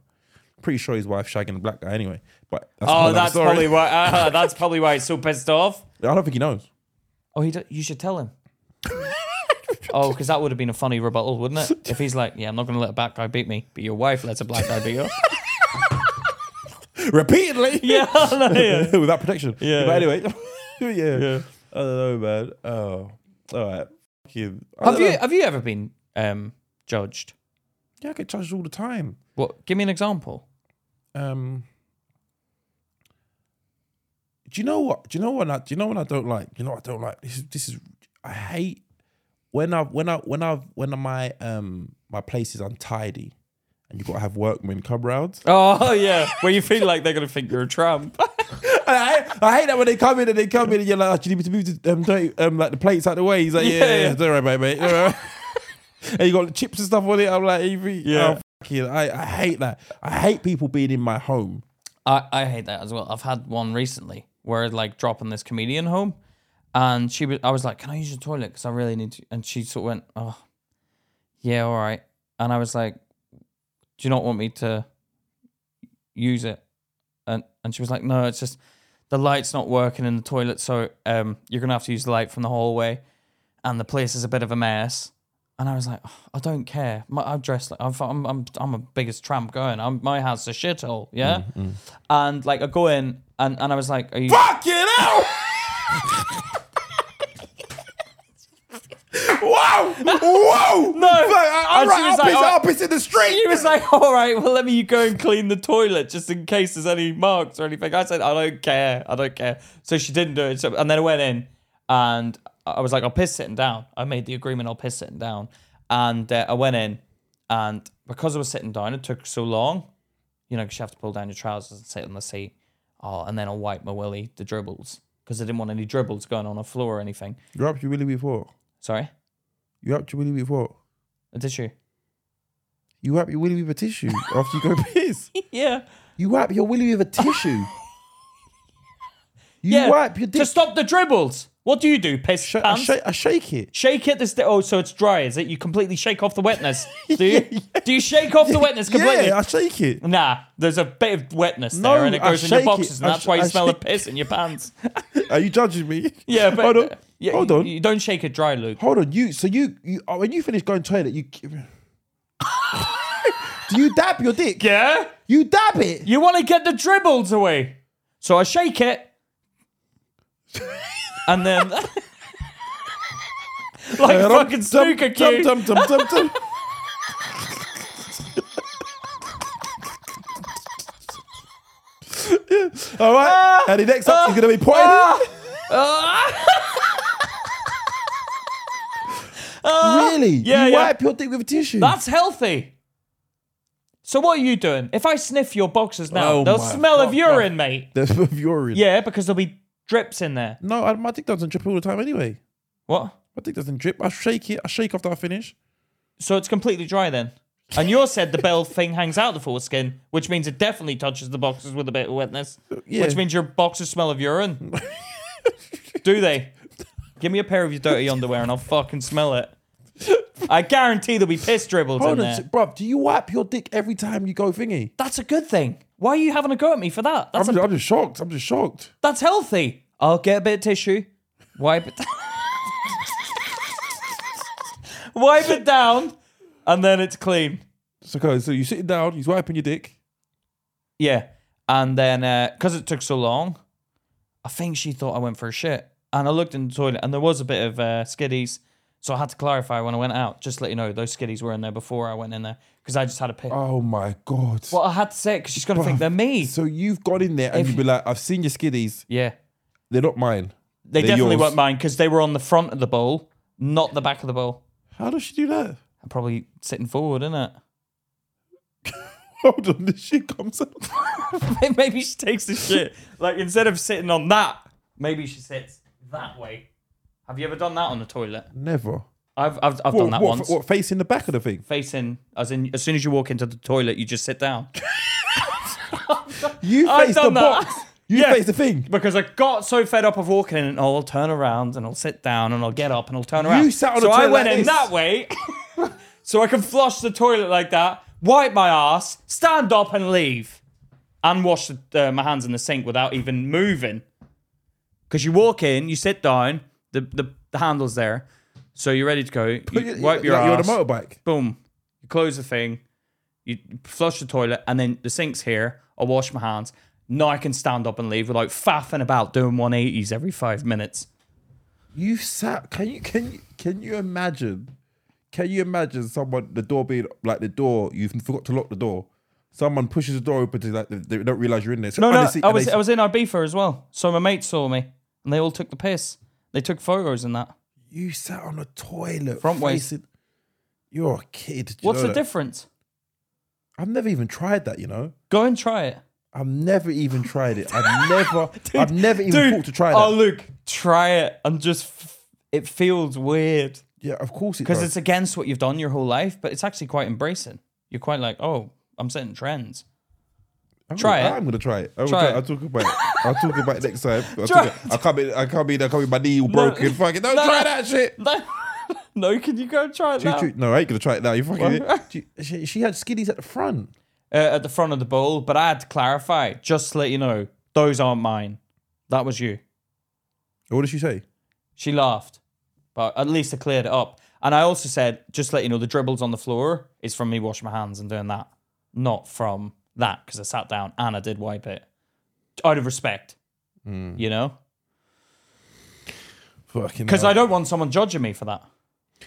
S1: Pretty sure his wife shagging a black guy anyway. But that's
S2: Oh,
S1: another
S2: that's
S1: story.
S2: probably why. Uh, that's probably why he's so pissed off.
S1: I don't think he knows.
S2: Oh, he do- you should tell him. oh, because that would have been a funny rebuttal, wouldn't it? If he's like, "Yeah, I'm not going to let a black guy beat me, but your wife lets a black guy beat you."
S1: Repeatedly.
S2: yeah, no, yeah.
S1: without protection.
S2: Yeah.
S1: But anyway, yeah. I don't know, man. Oh, all right. Fucking, I
S2: Have
S1: don't
S2: you
S1: know.
S2: have you ever been um, judged?
S1: Yeah, I get charged all the time.
S2: What? Give me an example.
S1: Um, do you know what? Do you know what? I, do you know what I don't like? Do you know what I don't like? This is this is. I hate when I when I when I when my um my place is untidy, and you have got to have workmen come round.
S2: Oh yeah, where you feel like they're going to think you're a tramp.
S1: I, I hate that when they come in and they come in and you're like, oh, do you need me to move the, um, dirty, um, like the plates out the way? He's like, yeah, yeah,
S2: Yeah, yeah.
S1: yeah. don't worry about it, mate. Don't worry about it." and you got chips and stuff on it. I'm like, yeah,
S2: Yeah.
S1: oh, fucking, I, I hate that. I hate people being in my home.
S2: I, I hate that as well. I've had one recently where like dropping this comedian home, and she was I was like, "Can I use your toilet? Because I really need to." And she sort of went, "Oh, yeah, all right." And I was like, "Do you not want me to use it?" And and she was like, "No, it's just the light's not working in the toilet, so um, you're gonna have to use the light from the hallway, and the place is a bit of a mess." And I was like, "Oh, I don't care. My, I'm dressed like I'm, I'm I'm I'm a biggest tramp going. I'm, my house is a shithole, yeah." and like I go in and, and I was like, Are you
S1: Fucking hell! Whoa! Whoa! No! I, I'm
S2: And she
S1: right, I'll,
S2: was like,
S1: piss,
S2: "Oh."
S1: I'll piss in the street!
S2: he was like, All right, well let me you go and clean the toilet just in case there's any marks or anything. I said, I don't care, I don't care. So she didn't do it. So, and then I went in and I was like, I'll piss sitting down. I made the agreement, I'll piss sitting down. And uh, I went in and because I was sitting down, it took so long. You know, 'cause you have to pull down your trousers and sit on the seat. Oh, and then I'll wipe my willy, the dribbles, because I didn't want any dribbles going on the floor or anything.
S1: You up to Willie before?
S2: Sorry,
S1: You up to Willie before?
S2: a tissue.
S1: You wrap your willy with a tissue after you go piss.
S2: Yeah.
S1: You wipe your willy with a tissue. You
S2: Yeah,
S1: wipe your dick.
S2: to stop the dribbles. What do you do? Piss
S1: Sh- I,
S2: pants?
S1: shake, I shake it.
S2: shake it. This oh, so it's dry. Is it? You completely shake off the wetness. Do you? Do you shake off the wetness completely?
S1: Yeah, I shake it.
S2: Nah, there's a bit of wetness
S1: No,
S2: there, and it
S1: I
S2: goes in your
S1: shake
S2: boxes,
S1: it.
S2: and
S1: I
S2: that's
S1: sh-
S2: why you
S1: I
S2: smell of
S1: shake
S2: piss in your pants.
S1: Are you judging me?
S2: Yeah, but uh,
S1: hold on.
S2: yeah,
S1: hold
S2: you,
S1: on.
S2: You don't shake it dry, Luke.
S1: hold on. You so you, you oh, when you finish going to the toilet, you do you dab your dick?
S2: Yeah,
S1: You dab it.
S2: you want to get the dribbles away, so I shake it, and then like fucking snooker cue.
S1: Dum, dum, dum, dum, dum. All right, and the next up is gonna be pointing.
S2: Ah.
S1: really?
S2: Ah. yeah,
S1: you
S2: yeah.
S1: wipe your dick with a tissue.
S2: That's healthy. So what are you doing? If I sniff your boxes now,
S1: Oh
S2: they'll
S1: my
S2: smell of
S1: God.
S2: urine, mate.
S1: That's with urine.
S2: Yeah, because there'll be drips in there.
S1: No, I, my dick doesn't drip all the time anyway.
S2: What?
S1: My dick doesn't drip. I shake it. I shake after I finish.
S2: So it's completely dry then. And you said the bell thing hangs out the foreskin, which means it definitely touches the boxes with a bit of wetness,
S1: Yeah.
S2: which means your boxes smell of urine. Do they? Give me a pair of your dirty underwear and I'll fucking smell it. I guarantee there'll be piss dribbles in
S1: Hold
S2: there.
S1: on, bro. Do you wipe your dick every time you go thingy?
S2: That's a good thing. Why are you having a go at me for that?
S1: I'm
S2: That's a
S1: just, I'm just shocked. I'm just shocked.
S2: That's healthy. I'll get a bit of tissue, wipe it, wipe it down, and then it's clean.
S1: So, okay, so you're sitting down. He's wiping your dick.
S2: Yeah, and then because it took so long, I think she thought I went for a shit, and I looked in the toilet, and there was a bit of uh, skiddies. So I had to clarify when I went out, just to let you know those skiddies were in there before I went in there because I just had a piss.
S1: Oh my god.
S2: Well, I had to say it because she's gonna think they're me.
S1: So you've gone in there and you've been like, I've seen your skiddies.
S2: yeah.
S1: They're not mine.
S2: They
S1: They're
S2: definitely
S1: yours.
S2: weren't mine because they were on the front of the bowl, not the back of the bowl.
S1: How does she do that?
S2: I'm probably sitting forward, isn't it?
S1: Hold on, this shit comes out.
S2: May- maybe she takes the shit. Like instead of sitting on that, maybe she sits that way. Have you ever done that on the toilet?
S1: Never.
S2: I've I've, I've done that
S1: what,
S2: once.
S1: What, face in the back of the thing?
S2: Facing as in as soon as you walk into the toilet, you just sit down.
S1: You
S2: I've
S1: face the
S2: done that.
S1: box. You
S2: Yeah.
S1: face the thing.
S2: Because I got so fed up of walking in, and I'll turn around and I'll sit down and I'll get up and I'll turn around.
S1: sat on
S2: so
S1: the
S2: I
S1: toilet
S2: went
S1: like
S2: in
S1: this.
S2: that way, so I can flush the toilet like that, wipe my ass, stand up and leave, and wash the, uh, my hands in the sink without even moving. Because you walk in, you sit down, the, the the handle's there, so you're ready to go. You wipe your
S1: like You're on a
S2: ass.
S1: motorbike.
S2: boom, you close the thing, you flush the toilet, and then the sink's here. I wash my hands. Now I can stand up and leave without faffing about doing 180s every five minutes.
S1: You sat. Can you can you can you imagine? Can you imagine someone the door being like the door? You forgot to lock the door. Someone pushes the door open to like they, they don't realize you're in there. So
S2: No,
S1: and
S2: no,
S1: they see-
S2: I
S1: and
S2: was
S1: they
S2: I was in Ibiza as well, so my mates saw me, and they all took the piss. They took photos and that.
S1: see- you sat on the toilet.
S2: Front way.
S1: facing- You're a kid. do you
S2: What's
S1: know
S2: the
S1: that?
S2: difference?
S1: I've never even tried that. You know,
S2: Go and try it.
S1: I've never even tried it. I've never. I've never even thought to try that.
S2: Oh, look, try it and just. F- it feels weird
S1: yeah, of course it
S2: because
S1: does.
S2: it's against what you've done your whole life, but it's actually quite embracing. You're quite like, oh, I'm setting trends.
S1: I'm
S2: try
S1: gonna,
S2: it.
S1: I'm gonna try it. I'm
S2: Try
S1: gonna
S2: it.
S1: I'll talk about it. I'll talk about it next time. I'll
S2: Try
S1: talk I can't be. I can't be. I can't be. My knee all broken. Fucking don't
S2: No.
S1: try that shit.
S2: No, no, can you go and try it
S1: Choo-
S2: now?
S1: choo- No, I ain't gonna try it now. Um, You fucking. She- she, she had skiddies at the front.
S2: Uh, at the front of the bowl, but I had to clarify, just to let you know, those aren't mine. That was you.
S1: What did she say?
S2: She laughed, but at least I cleared it up. And I also said, just to let you know, the dribbles on the floor is from me washing my hands and doing that, not from that, because I sat down and I did wipe it out of respect, you know?
S1: Fucking.
S2: Because
S1: hell.
S2: I don't want someone judging me for that.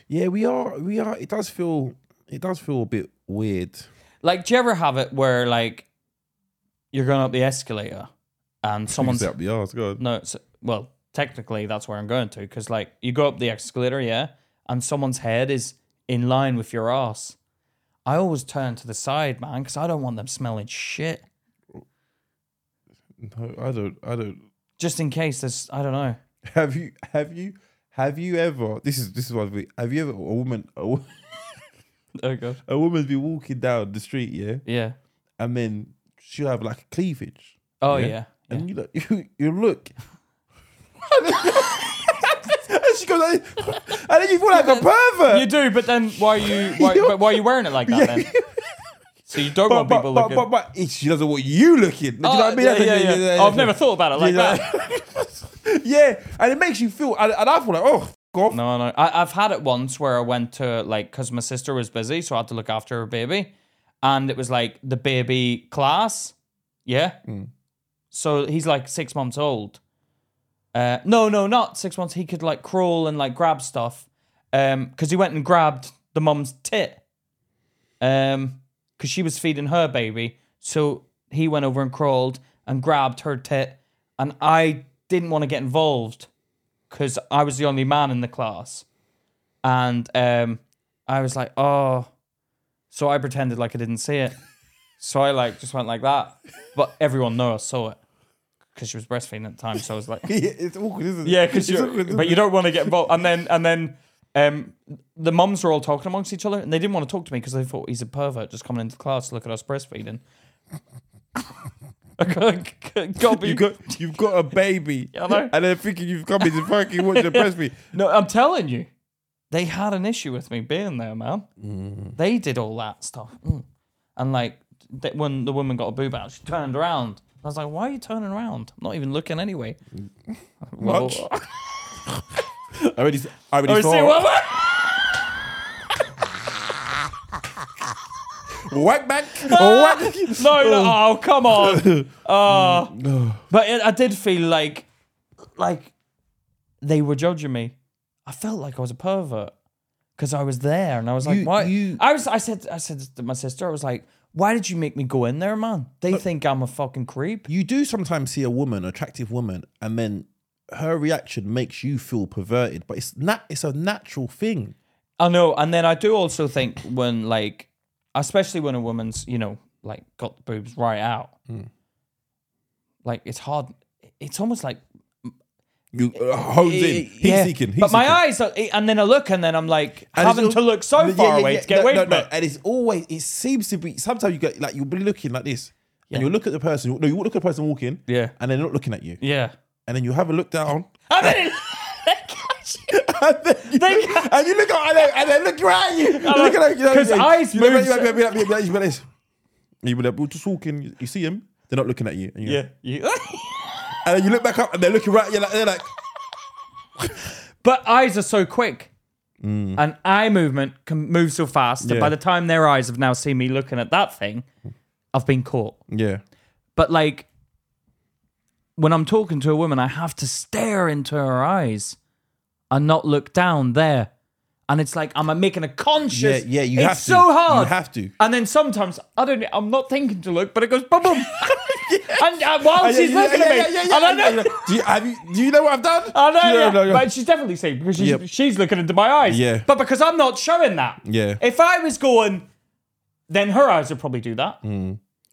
S1: Yeah, we are. We are. It does feel. It does feel a bit weird.
S2: Like, do you ever have it where, like, you're going up the escalator and someone's
S1: It's up the arse. God.
S2: No, it's, well, technically that's where I'm going to because like you go up the escalator, yeah, and someone's head is in line with your ass. I always turn to the side, man, because I don't want them smelling shit.
S1: No, I don't. I don't.
S2: Just in case there's, I don't know.
S1: Have you? Have you? Have you ever? This is. This is what. we- Have you ever? A woman. A, wo-
S2: Oh god.
S1: a woman's been walking down the street. Yeah.
S2: Yeah.
S1: and then she'll have like a cleavage.
S2: Oh yeah. yeah.
S1: And you look, you, you look. and she goes, like, this. and then you feel like a
S2: You
S1: pervert.
S2: do, but then why are you? Why,
S1: You're-
S2: but why are you wearing it like that then? So you don't
S1: But,
S2: want
S1: but,
S2: people
S1: but,
S2: looking.
S1: but, but, she doesn't want you looking. Do you know what I
S2: Oh,
S1: mean?
S2: yeah,
S1: That's-
S2: yeah, yeah. I've never thought about it like
S1: Yeah.
S2: that.
S1: yeah, and it makes you feel, and, and I feel like, oh, f- off.
S2: No, no. I, I've had it once where I went to like because my sister was busy, so I had to look after her baby, and it was like the baby class, yeah. So he's like six months old. Uh, no, no, not six months. He could like crawl and like grab stuff, um, because he went and grabbed the mum's tit, um, because she was feeding her baby. So he went over and crawled and grabbed her tit, and I didn't want to get involved because I was the only man in the class. And um, I was like, oh. So I pretended like I didn't see it. So I like just went like that. But everyone knew I saw it because she was breastfeeding at the time. So I was like,
S1: Yeah, it's awkward, isn't it?
S2: yeah, because
S1: It's
S2: you
S1: awkward, isn't
S2: but
S1: it?
S2: you don't want to get involved. And then and then um, the mums were all talking amongst each other, and they didn't want to talk to me because they thought he's a pervert just coming into class to look at us breastfeeding. I got, got
S1: You got, you've got a baby,
S2: I know.
S1: and they're thinking you've come in to fucking watch the press me.
S2: No, I'm telling you, they had an issue with me being there, man. They did all that stuff, Mm. and like th- when the woman got a boob out, she turned around. I was like, "Why are you turning around? I'm not even looking anyway." Well,
S1: Much? I already, s- I already
S2: I see
S1: saw.
S2: what-
S1: Whack back.
S2: Ah!
S1: Whack.
S2: no, no, oh come on,
S1: Mm,
S2: oh. but it, I did feel like, like they were judging me. I felt like I was a pervert because I was there, and I was like,
S1: You-
S2: "Why?"
S1: you-
S2: I was, I said, I said to my sister, I was like, "Why did you make me go in there, man? They
S1: Uh,
S2: think I'm a fucking creep."
S1: you do sometimes see a woman, attractive woman, and then her reaction makes you feel perverted, but it's not it's a natural thing.
S2: I know, and then I do also think when like, especially when a woman's you know like got the boobs
S1: Mm.
S2: right out, like it's hard. It's almost like
S1: You uh, hones in. Heat
S2: Yeah.
S1: seeking. Heat
S2: but my
S1: seeking.
S2: eyes, are, and then I look, and then I'm like
S1: And it's
S2: having to
S1: al-
S2: look so
S1: Yeah,
S2: far
S1: yeah,
S2: away
S1: yeah.
S2: to get
S1: No,
S2: away
S1: no,
S2: from
S1: no.
S2: it.
S1: And it's always it seems to be sometimes you get like you'll be looking like this. And you'll look at the person. No, you look at the person walking.
S2: Yeah.
S1: And they're not looking at you.
S2: Yeah.
S1: And then you have a look down.
S2: And
S1: and
S2: then
S1: then you
S2: They-
S1: look, and you look at and they, and they look right at you. Look at you.
S2: 'cause eyes
S1: you know,
S2: moves-
S1: You know, you know, you know, you know, this. You be like, we're just walking. You, you see them. They're not looking at you. And you
S2: yeah. You-
S1: And then you look back up and they're looking right at you. Like, they're like,
S2: but eyes are so quick. And eye movement can move so fast that
S1: Mm. Yeah.
S2: by the time their eyes have now seen me looking at that thing, I've been caught.
S1: yeah.
S2: But like when I'm talking to a woman, I have to stare into her eyes and not look down there. And it's like I'm making a conscious.
S1: Yeah, yeah, you
S2: it's
S1: have to.
S2: so hard.
S1: You have to.
S2: And then sometimes I don't. I'm not thinking to look, but it goes boom, boom. and uh, while
S1: And
S2: she's
S1: yeah,
S2: looking
S1: yeah,
S2: at me,
S1: yeah, yeah, yeah,
S2: and I
S1: yeah,
S2: know,
S1: yeah. Do you, have you, do you know what I've done?
S2: I know,
S1: No,
S2: yeah.
S1: no, no.
S2: but she's definitely seeing because she's
S1: Yep.
S2: she's looking into my eyes.
S1: Yeah.
S2: But because I'm not showing that.
S1: Yeah.
S2: If I was going, then her eyes would probably do that. But
S1: Hmm.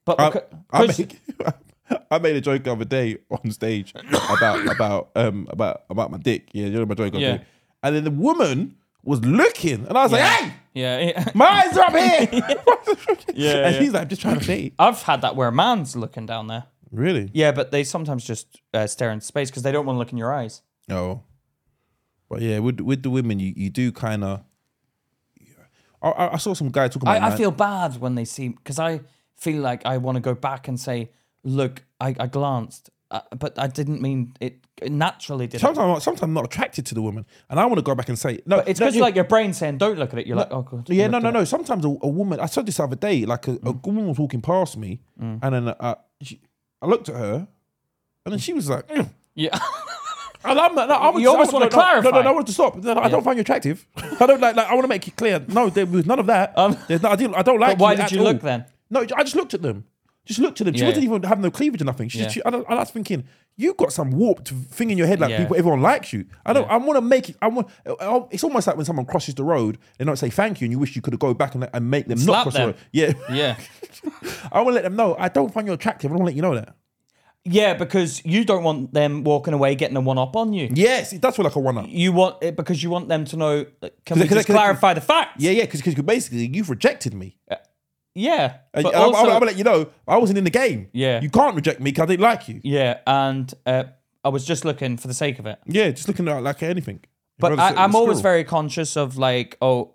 S1: I,
S2: because,
S1: I, make, I made a joke the other day on stage about about um about about my dick. Yeah, you know my joke.
S2: Yeah.
S1: Yeah. And then the woman was looking, and I was like, "Hey,
S2: yeah,
S1: my eyes are up here."
S2: Yeah,
S1: and
S2: yeah.
S1: he's like, "I'm just trying to date."
S2: I've had that where a man's looking down there.
S1: Really?
S2: Yeah, but they sometimes just uh, stare into space because they don't want to look in your eyes.
S1: Oh. But yeah, with with the women, you you do kind of. I- I, I saw some guy talking about.
S2: I, I
S1: man-
S2: feel bad when they see because I feel like I want to go back and say, "Look, I, I glanced, uh, but I didn't mean it. it naturally, did it?"
S1: Sometimes, I'm- sometimes I'm not attracted to the woman, and I want to go back and say no.
S2: But it's
S1: no,
S2: because
S1: you-
S2: like your brain saying, "Don't look at it." You're like, "Oh god."
S1: Yeah, no, no, no. Sometimes a, a woman. I saw this the other day. Like a,
S2: Mm.
S1: a woman was walking past me, and then uh, she, I looked at her, and then she was like, "Mm."
S2: Yeah.
S1: and I'm like, no, I would-
S2: You
S1: I
S2: almost
S1: would-
S2: wanna
S1: no, no, No, no,
S2: clarify.
S1: no, I want to stop. No, no, I don't find you attractive. I don't like. like I want to make it clear. No, there was none of that.
S2: Um,
S1: There's no, I, didn't, I don't like.
S2: But why
S1: you
S2: did
S1: at
S2: you look
S1: all.
S2: then?
S1: No, I just looked at them. Just looked at them. She
S2: Yeah.
S1: wasn't even have no cleavage or nothing. She,
S2: Yeah.
S1: she, and I, and I was thinking, you got some warped thing in your head, like
S2: Yeah.
S1: people, everyone likes you. I don't. I want to make it. I want. I- I- It's almost like when someone crosses the road, they don't say thank you, and you wish you could have go back and, let- and make them
S2: Slap
S1: not cross
S2: them.
S1: the road. Yeah,
S2: Yeah.
S1: I want to let them know I don't find you attractive. I want to let you know that.
S2: yeah, because you don't want them walking away getting a one up on you.
S1: Yes, it does feel like a one up.
S2: You want it because you want them to know. like, Can
S1: Cause-
S2: we
S1: cause-
S2: just
S1: cause-
S2: clarify the facts?
S1: Yeah, yeah, because basically you've rejected me.
S2: Yeah.
S1: And
S2: But
S1: I'm, I'm-
S2: also-
S1: I'm gonna let you know I wasn't in the game.
S2: Yeah.
S1: you can't reject me because I didn't like you.
S2: yeah, and uh, I was just looking for the sake of it.
S1: Yeah, just looking at like anything.
S2: But
S1: Rather sit
S2: I,
S1: with
S2: I'm
S1: a
S2: always
S1: squirrel.
S2: very conscious of like, oh,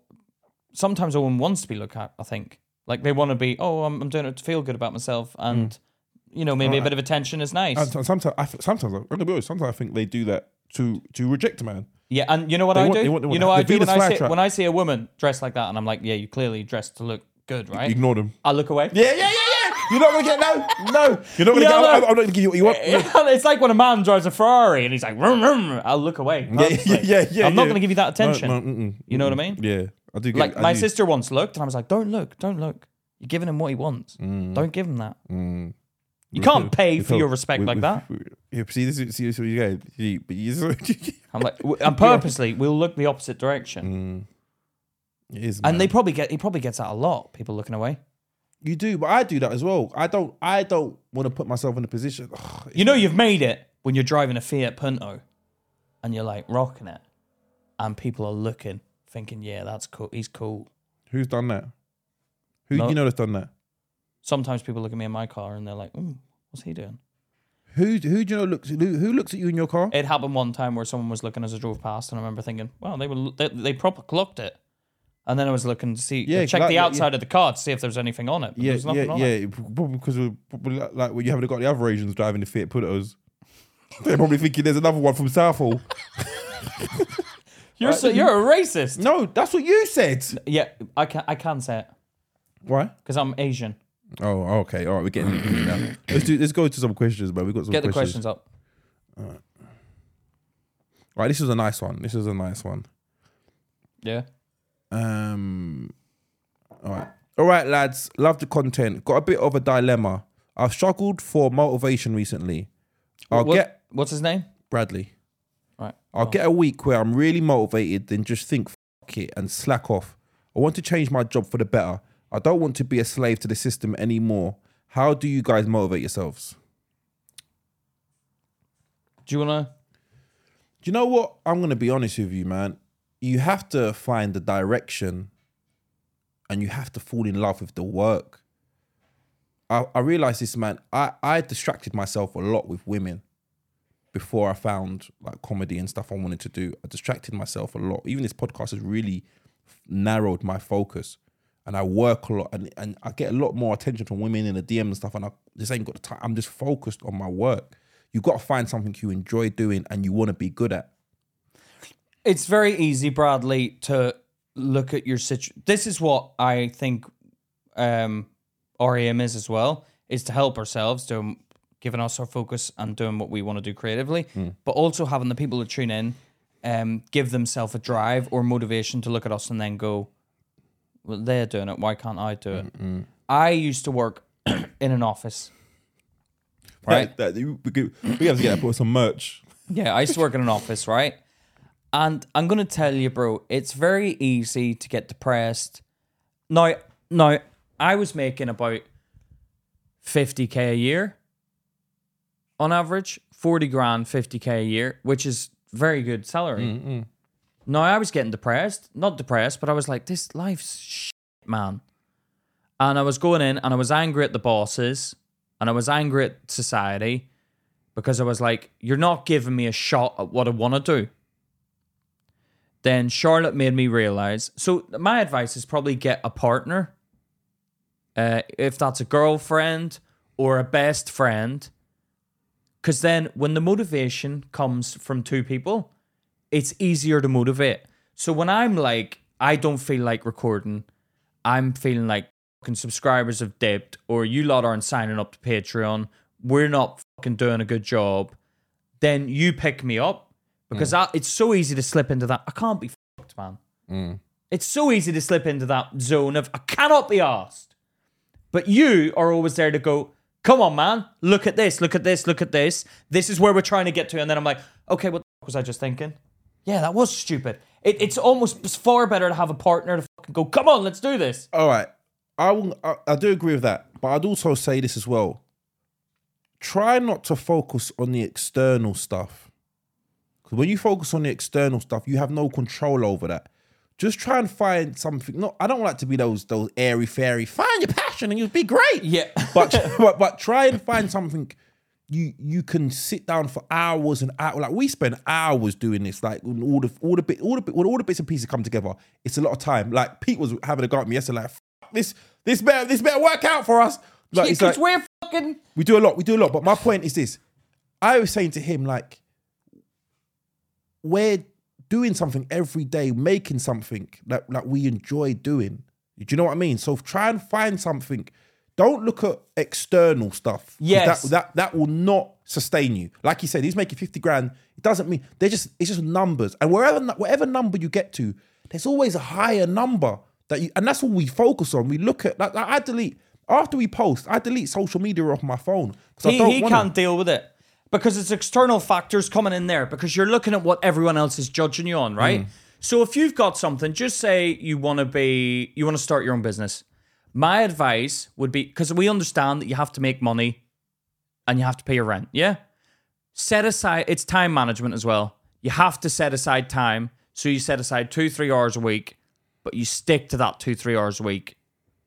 S2: sometimes a woman wants to be looked at. I think like they want to be, oh, I'm, I'm doing it to feel good about myself, and you know, maybe a bit of attention is nice.
S1: Hmm. And so- sometimes, I, th- sometimes I'm gonna be honest. Sometimes I think they do that to to reject a man.
S2: yeah, and you know what I
S1: want-
S2: do?
S1: they want- they
S2: you
S1: want
S2: know what I
S1: the
S2: do when
S1: Venus
S2: I see
S1: flytrap.
S2: when I see a woman dressed like that, and I'm like, yeah, you clearly dressed to look good, right?
S1: Ignore them.
S2: I look away.
S1: Yeah, yeah, yeah, yeah. You're not gonna get no, no. You're not gonna
S2: Yeah,
S1: get. I'm,
S2: no.
S1: I'm- I'm not gonna give you what you want. No.
S2: it's like when a man drives a Ferrari and he's like, vroom, vroom, I'll look away.
S1: Yeah,
S2: Honestly.
S1: yeah, yeah, yeah,
S2: I'm not
S1: yeah.
S2: going to give you that attention.
S1: No, no, mm-mm.
S2: you know what I mean?
S1: Yeah, I do. Get,
S2: Like
S1: I
S2: my
S1: do.
S2: sister once looked, and I was like, "Don't look, don't look. You're giving him what he wants. Don't give him that. You can't pay
S1: Mm. We
S2: for
S1: felt-
S2: your respect
S1: we-
S2: like
S1: we-
S2: that."
S1: we- Yeah, see, this is see, this is where you go. You- But you, it
S2: I'm like, w- and purposely, we'll look the opposite
S1: Mm.
S2: direction,
S1: is,
S2: and
S1: man.
S2: they probably get he probably gets that a lot. People looking away.
S1: you do, but I do that as well. I don't, I don't want to put myself in a position. Ugh,
S2: You know you've made it when you're driving a Fiat Punto, and you're like rocking it, and people are looking, thinking, "Yeah, that's cool. He's cool."
S1: who's done that? Who
S2: No.
S1: you know that's done that?
S2: Sometimes people look at me in my car and they're like, "Ooh, what's he doing?"
S1: Who who do you know looks who, who looks at you in your car?
S2: It happened one time where someone was looking as I drove past, and I remember thinking, "Wow, they were they, they proper clocked it." And then I was looking to see,
S1: Yeah,
S2: check
S1: like-
S2: the
S1: yeah,
S2: outside of the car to see if there was anything on it. But there
S1: Yeah,
S2: was nothing
S1: yeah,
S2: on
S1: yeah.
S2: it.
S1: it p- Probably because we're probably li- like when you haven't got the other Asians driving the Fiat Puntos. They're probably thinking there's another one from Southall. Uh,
S2: You're so, you're a racist.
S1: no, that's what you said.
S2: Yeah, I can I can say it
S1: Why?
S2: because I'm Asian.
S1: Oh, okay. All right, we're getting nitpicky now. Let's do. Let's go to some questions, bro. We got some
S2: Get the
S1: questions.
S2: questions up.
S1: All right, this is a nice one. This is a nice one.
S2: Yeah.
S1: Um, all right, all right, lads. Love the content. Got a bit of a dilemma. I've struggled for motivation recently. I'll
S2: What-
S1: get
S2: what's his name?
S1: Bradley.
S2: Right.
S1: I'll get a week where I'm really motivated, then just think fuck it and slack off. I want to change my job for the better. I don't want to be a slave to the system anymore. How do you guys motivate yourselves?
S2: Do you wanna?
S1: Do you know what? I'm gonna be honest with you, man. You have to find the direction, and you have to fall in love with the work. I, I realized this, man. I I distracted myself a lot with women before I found like comedy and stuff I wanted to do. I distracted myself a lot. Even this podcast has really narrowed my focus. And I work a lot and, and I get a lot more attention from women in the DM and stuff. And I just ain't got the time. I'm just focused on my work. You got to find something you enjoy doing and you want to be good at.
S2: It's very easy, Bradley, to look at your situation. This is what I think um, REM is as well, is to help ourselves, to giving us our focus and doing what we want to do creatively, but also having the people that tune in um, give themselves a drive or motivation to look at us and then go, well, they're doing it. Why can't I do it? I used to work in an office. Right.
S1: That, that- you- we, could- we have to get that, put some merch.
S2: Yeah, I used to work in an office, right? And I'm gonna tell you, bro, it's very easy to get depressed. Now, now I was making about 50k a year on average, 40 grand, 50k a year, which is very good salary. No, I was getting depressed. Not depressed, but I was like, this life's shit, man. And I was going in and I was angry at the bosses and I was angry at society because I was like, you're not giving me a shot at what I want to do. Then Charlotte made me realize. So, my advice is probably get a partner. Uh, if that's a girlfriend or a best friend. Because then, when the motivation comes from two people, it's easier to motivate. So when I'm like, I don't feel like recording, I'm feeling like fucking subscribers have dipped, or you lot aren't signing up to Patreon, we're not fucking doing a good job, then you pick me up because I, it's so easy to slip into that. I can't be fucked, man. It's so easy to slip into that zone of I cannot be asked. But you are always there to go, come on, man, look at this, look at this, look at this. This is where we're trying to get to. And then I'm like, okay, what the fuck was I just thinking? Yeah, that was stupid. It, it's almost it's far better to have a partner to fucking go, come on, let's do this.
S1: All right. I, will, I, I do agree with that. But I'd also say this as well. Try not to focus on the external stuff. Because when you focus on the external stuff, you have no control over that. Just try and find something. No, I don't like to be those those airy fairy. Find your passion and you'll be great.
S2: Yeah.
S1: but, but but try and find something you you can sit down for hours and hours. Like we spend hours doing this. Like when all the all the bit all the bit when all the bits and pieces come together, it's a lot of time. Like Pete was having a go at me yesterday. Like "F- this this better this better work out for us. Like, it's
S2: Because
S1: like
S2: we're fucking.
S1: we do a lot, we do a lot. But my point is this: I was saying to him like, we're doing something every day, making something that like we enjoy doing. Do you know what I mean? So try and find something. Don't look at external stuff. 'Cause
S2: Yes.
S1: that, that that will not sustain you. Like he said, he's making fifty grand. It doesn't mean they're just it's just numbers. And wherever nu- whatever number you get to, there's always a higher number that you. And that's what we focus on. We look at like, like, I delete after we post. I delete social media off my phone because I
S2: He,
S1: don't
S2: he
S1: want
S2: can't deal with it because it's external factors coming in there because you're looking at what everyone else is judging you on,
S1: Mm.
S2: right? So if you've got something, just say you want to be, you want to start your own business. My advice would be because we understand that you have to make money and you have to pay your rent. Yeah. Set aside, it's time management as well. You have to set aside time. So you set aside two, three hours a week, but you stick to that two, three hours a week.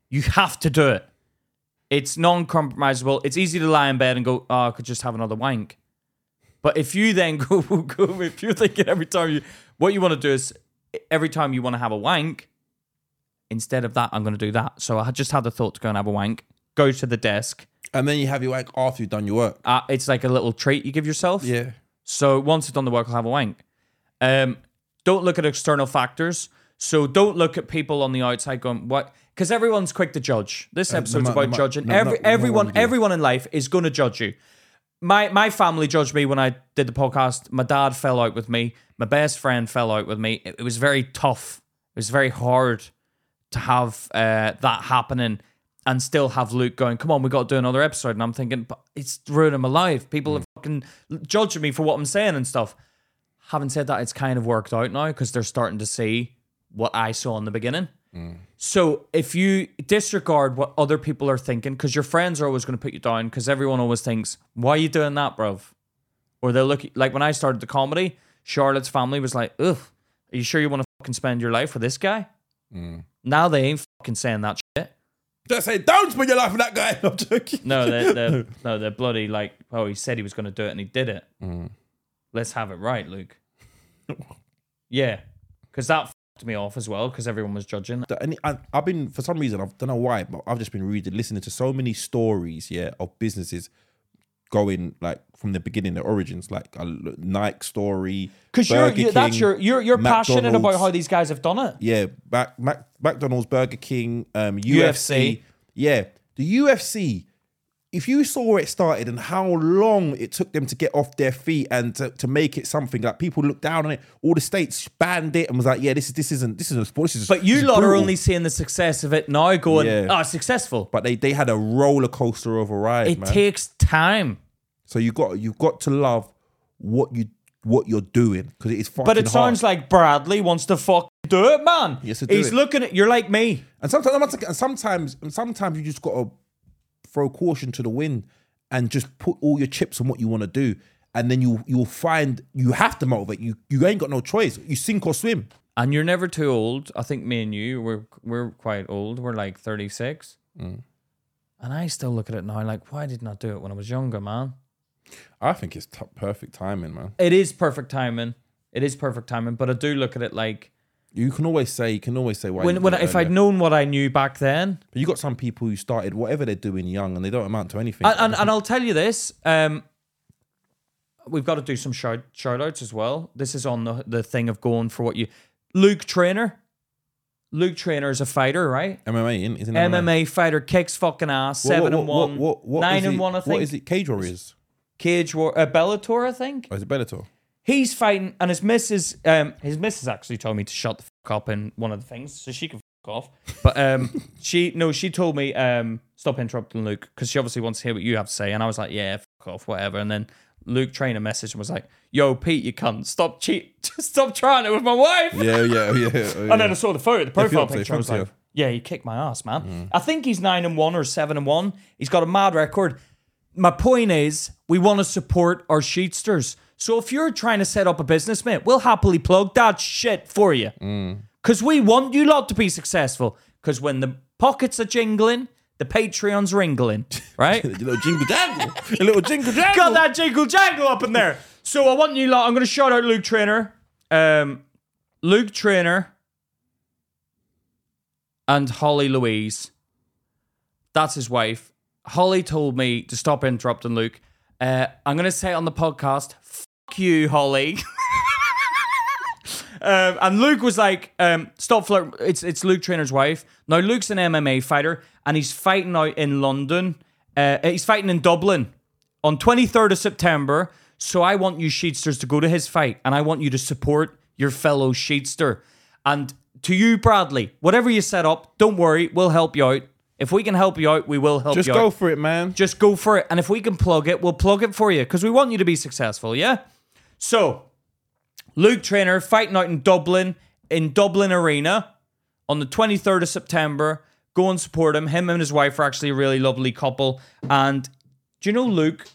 S2: You have to do it. It's non compromisable. It's easy to lie in bed and go, oh, I could just have another wank. But if you then go, go if you're thinking every time you, what you want to do is every time you want to have a wank, instead of that, I'm going to do that. So I had- just had the thought to go and have a wank, go to the desk.
S1: And then you have your wank after you've done your work.
S2: Uh, it's like a little treat you give yourself.
S1: Yeah.
S2: So once it's done the work, I'll have a wank. Um, don't look at external factors. So don't look at people on the outside going what because everyone's quick to judge. This episode's
S1: ma-
S2: about
S1: Uh, no ma-
S2: judging.
S1: no,
S2: Every
S1: no, no
S2: everyone
S1: one will.
S2: everyone in life is going to judge you. My my family judged me when I did the podcast. My dad fell out with me. My best friend fell out with me. It, it was very tough. It was very hard to have uh, that happening and still have Luke going, "Come on, we got to do another episode." And I'm thinking, but it's ruining my life. People are fucking judging me for what I'm saying and stuff. Having said that, it's kind of worked out now because they're starting to see what I saw in the beginning. So if you disregard what other people are thinking, because your friends are always going to put you down, because everyone always thinks, "Why are you doing that, bruv?" Or they'll look like when I started the comedy, Charlotte's family was like, ugh, are you sure you want to fucking spend your life with this guy? Now they ain't fucking saying that shit.
S1: Just say, don't spend your life with that guy. I'm joking.
S2: No, they're, they're, no, they're bloody like, oh, he said he was going to do it and he did it.
S1: Mm.
S2: Let's have it right, Luke. yeah, because that fucked me off as well because everyone was judging.
S1: that- and I, I've been for some reason I don't know why, but I've just been reading, listening to so many stories, yeah, of businesses going like from the beginning, their origins, like a l- Nike story.
S2: Because you're,
S1: Burger
S2: you that's
S1: King,
S2: your you're you're passionate about
S1: McDonald's.
S2: how these guys have done it.
S1: yeah, Mac, Mac, McDonald's, Burger King, um, UFC.
S2: UFC.
S1: yeah, the UFC. If you saw where it started and how long it took them to get off their feet and to, to make it something, like people looked down on it, all the states banned it and was like, "Yeah, this is this isn't this isn't a sport." This is,
S2: But you
S1: this is
S2: lot are
S1: brutal.
S2: only seeing the success of it now, going,
S1: Yeah.
S2: oh, it's successful.
S1: But they they had a roller coaster of a ride.
S2: It
S1: man.
S2: takes time.
S1: So you got you've got to love what you what you're doing because it is fucking
S2: But it sounds like Bradley wants to fucking do it, man.
S1: Yes, to do
S2: He's
S1: it.
S2: looking at you're like me.
S1: and sometimes I'm not- and sometimes and sometimes you just got to throw caution to the wind and just put all your chips on what you want to do, and then you you'll find you have to motivate. You you ain't got no choice. You sink or swim.
S2: And you're never too old. I think me and you we're we're quite old. We're like 36. And I still look at it now like, why didn't I do it when I was younger, man?
S1: I think it's t- perfect timing, man.
S2: It is perfect timing. It is perfect timing. But I do look at it like
S1: You can always say you can always say why.
S2: when, when I- if I'd known what I knew back then,
S1: but you got some people who started whatever they're doing young and they don't amount to anything.
S2: And, and, and I'll tell you this. Um, we've got to do some shout, shout outs as well. This is on the, the thing of going for what you. Luke Trainer. Luke Trainer is a fighter, right?
S1: MMA isn't- isn't
S2: MMA, fighter, kicks fucking ass,
S1: What-
S2: seven
S1: what-
S2: and
S1: what-
S2: one,
S1: what- what
S2: nine
S1: is
S2: and
S1: it-
S2: one. I think
S1: What is it? Cage Warriors.
S2: Cage War, uh, Bellator. I think
S1: Or is it Bellator?
S2: he's fighting, and his missus, um, his missus actually told me to shut the fuck up in one of the things, so she can fuck off. But um, she no, she told me um, stop interrupting Luke because she obviously wants to hear what you have to say, and I was like, yeah, fuck off, whatever. And then Luke trainer messaged and was like, yo, Pete, you cunt, stop cheat, stop trying it with my wife.
S1: yeah, yeah, yeah.
S2: And then I Oh, saw the photo, the profile
S1: Fiance,
S2: picture. I was like,
S1: fiance.
S2: yeah, he kicked my ass, man. I think he's nine and one or seven and one. He's got a mad record. My point is, we want to support our sheetsters. So if you're trying to set up a business, mate, we'll happily plug that shit for you. Because we want you lot to be successful. Because when the pockets are jingling, the Patreon's ringling, right?
S1: a little jingle jangle, a little jingle jangle.
S2: got that jingle jangle up in there. So I want you lot. I'm going to shout out Luke Trainer, um, Luke Trainer, and Holly Louise. That's his wife. Holly told me to stop interrupting Luke. Uh, I'm going to say it on the podcast. Fuck you, Holly. Um, and Luke was like, um, "Stop flirt." It's it's Luke Trainer's wife. Now Luke's an MMA fighter, and he's fighting out in London. Uh, he's fighting in Dublin on 23rd of September. So I want you sheetsters to go to his fight, and I want you to support your fellow sheetster. And to you, Bradley, whatever you set up, don't worry, we'll help you out. If we can help you out, we will help
S1: Just
S2: you
S1: go
S2: out.
S1: for it, man.
S2: Just go for it, and if we can plug it, we'll plug it for you because we want you to be successful. Yeah. So Luke Trainer fighting out in Dublin, in Dublin Arena on the 23rd of September. Go and support him. Him and his wife are actually a really lovely couple. And do you know Luke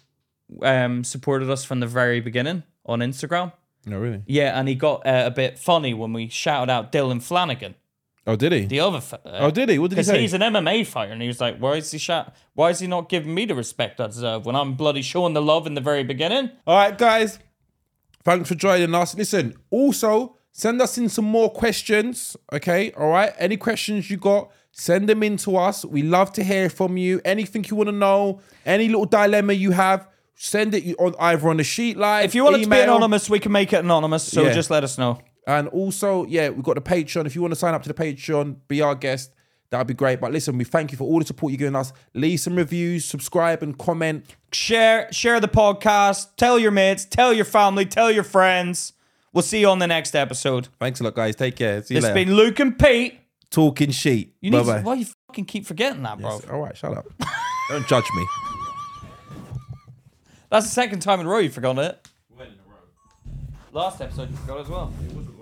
S2: um, supported us from the very beginning on Instagram?
S1: No, really.
S2: Yeah, and he got uh, a bit funny when we shouted out Dylan Flanagan,
S1: Oh, did he?
S2: the other. f- Uh,
S1: Oh, did he? What did he
S2: because
S1: say?
S2: he's an MMA fighter, and he was like, "Why is he shot? Why is he not giving me the respect I deserve when I'm bloody showing the love in the very beginning?"
S1: All right, guys. Thanks for joining us. Listen, also send us in some more questions. Okay, all right. Any questions you got, send them in to us. We love to hear from you. Anything you want to know, any little dilemma you have, send it on either on the sheet live.
S2: If you want it to be
S1: email.
S2: anonymous, we can make it anonymous. So
S1: Yeah.
S2: just let us know.
S1: And also, yeah, we've got the Patreon. If you want to sign up to the Patreon, be our guest, that'd be great. But listen, we thank you for all the support you're giving us. Leave some reviews, subscribe, and comment.
S2: Share, share the podcast. Tell your mates. Tell your family. Tell your friends. We'll see you on the next episode.
S1: Thanks a lot, guys. Take care. See you
S2: It's
S1: later.
S2: been Luke and Pete.
S1: Talking sheet.
S2: You
S1: bye
S2: need.
S1: bye.
S2: To, why you fucking keep forgetting that, bro?
S1: All right, shut up. Don't judge me.
S2: That's the second time in a row you've forgotten it. Last episode you forgot as well.
S1: It was a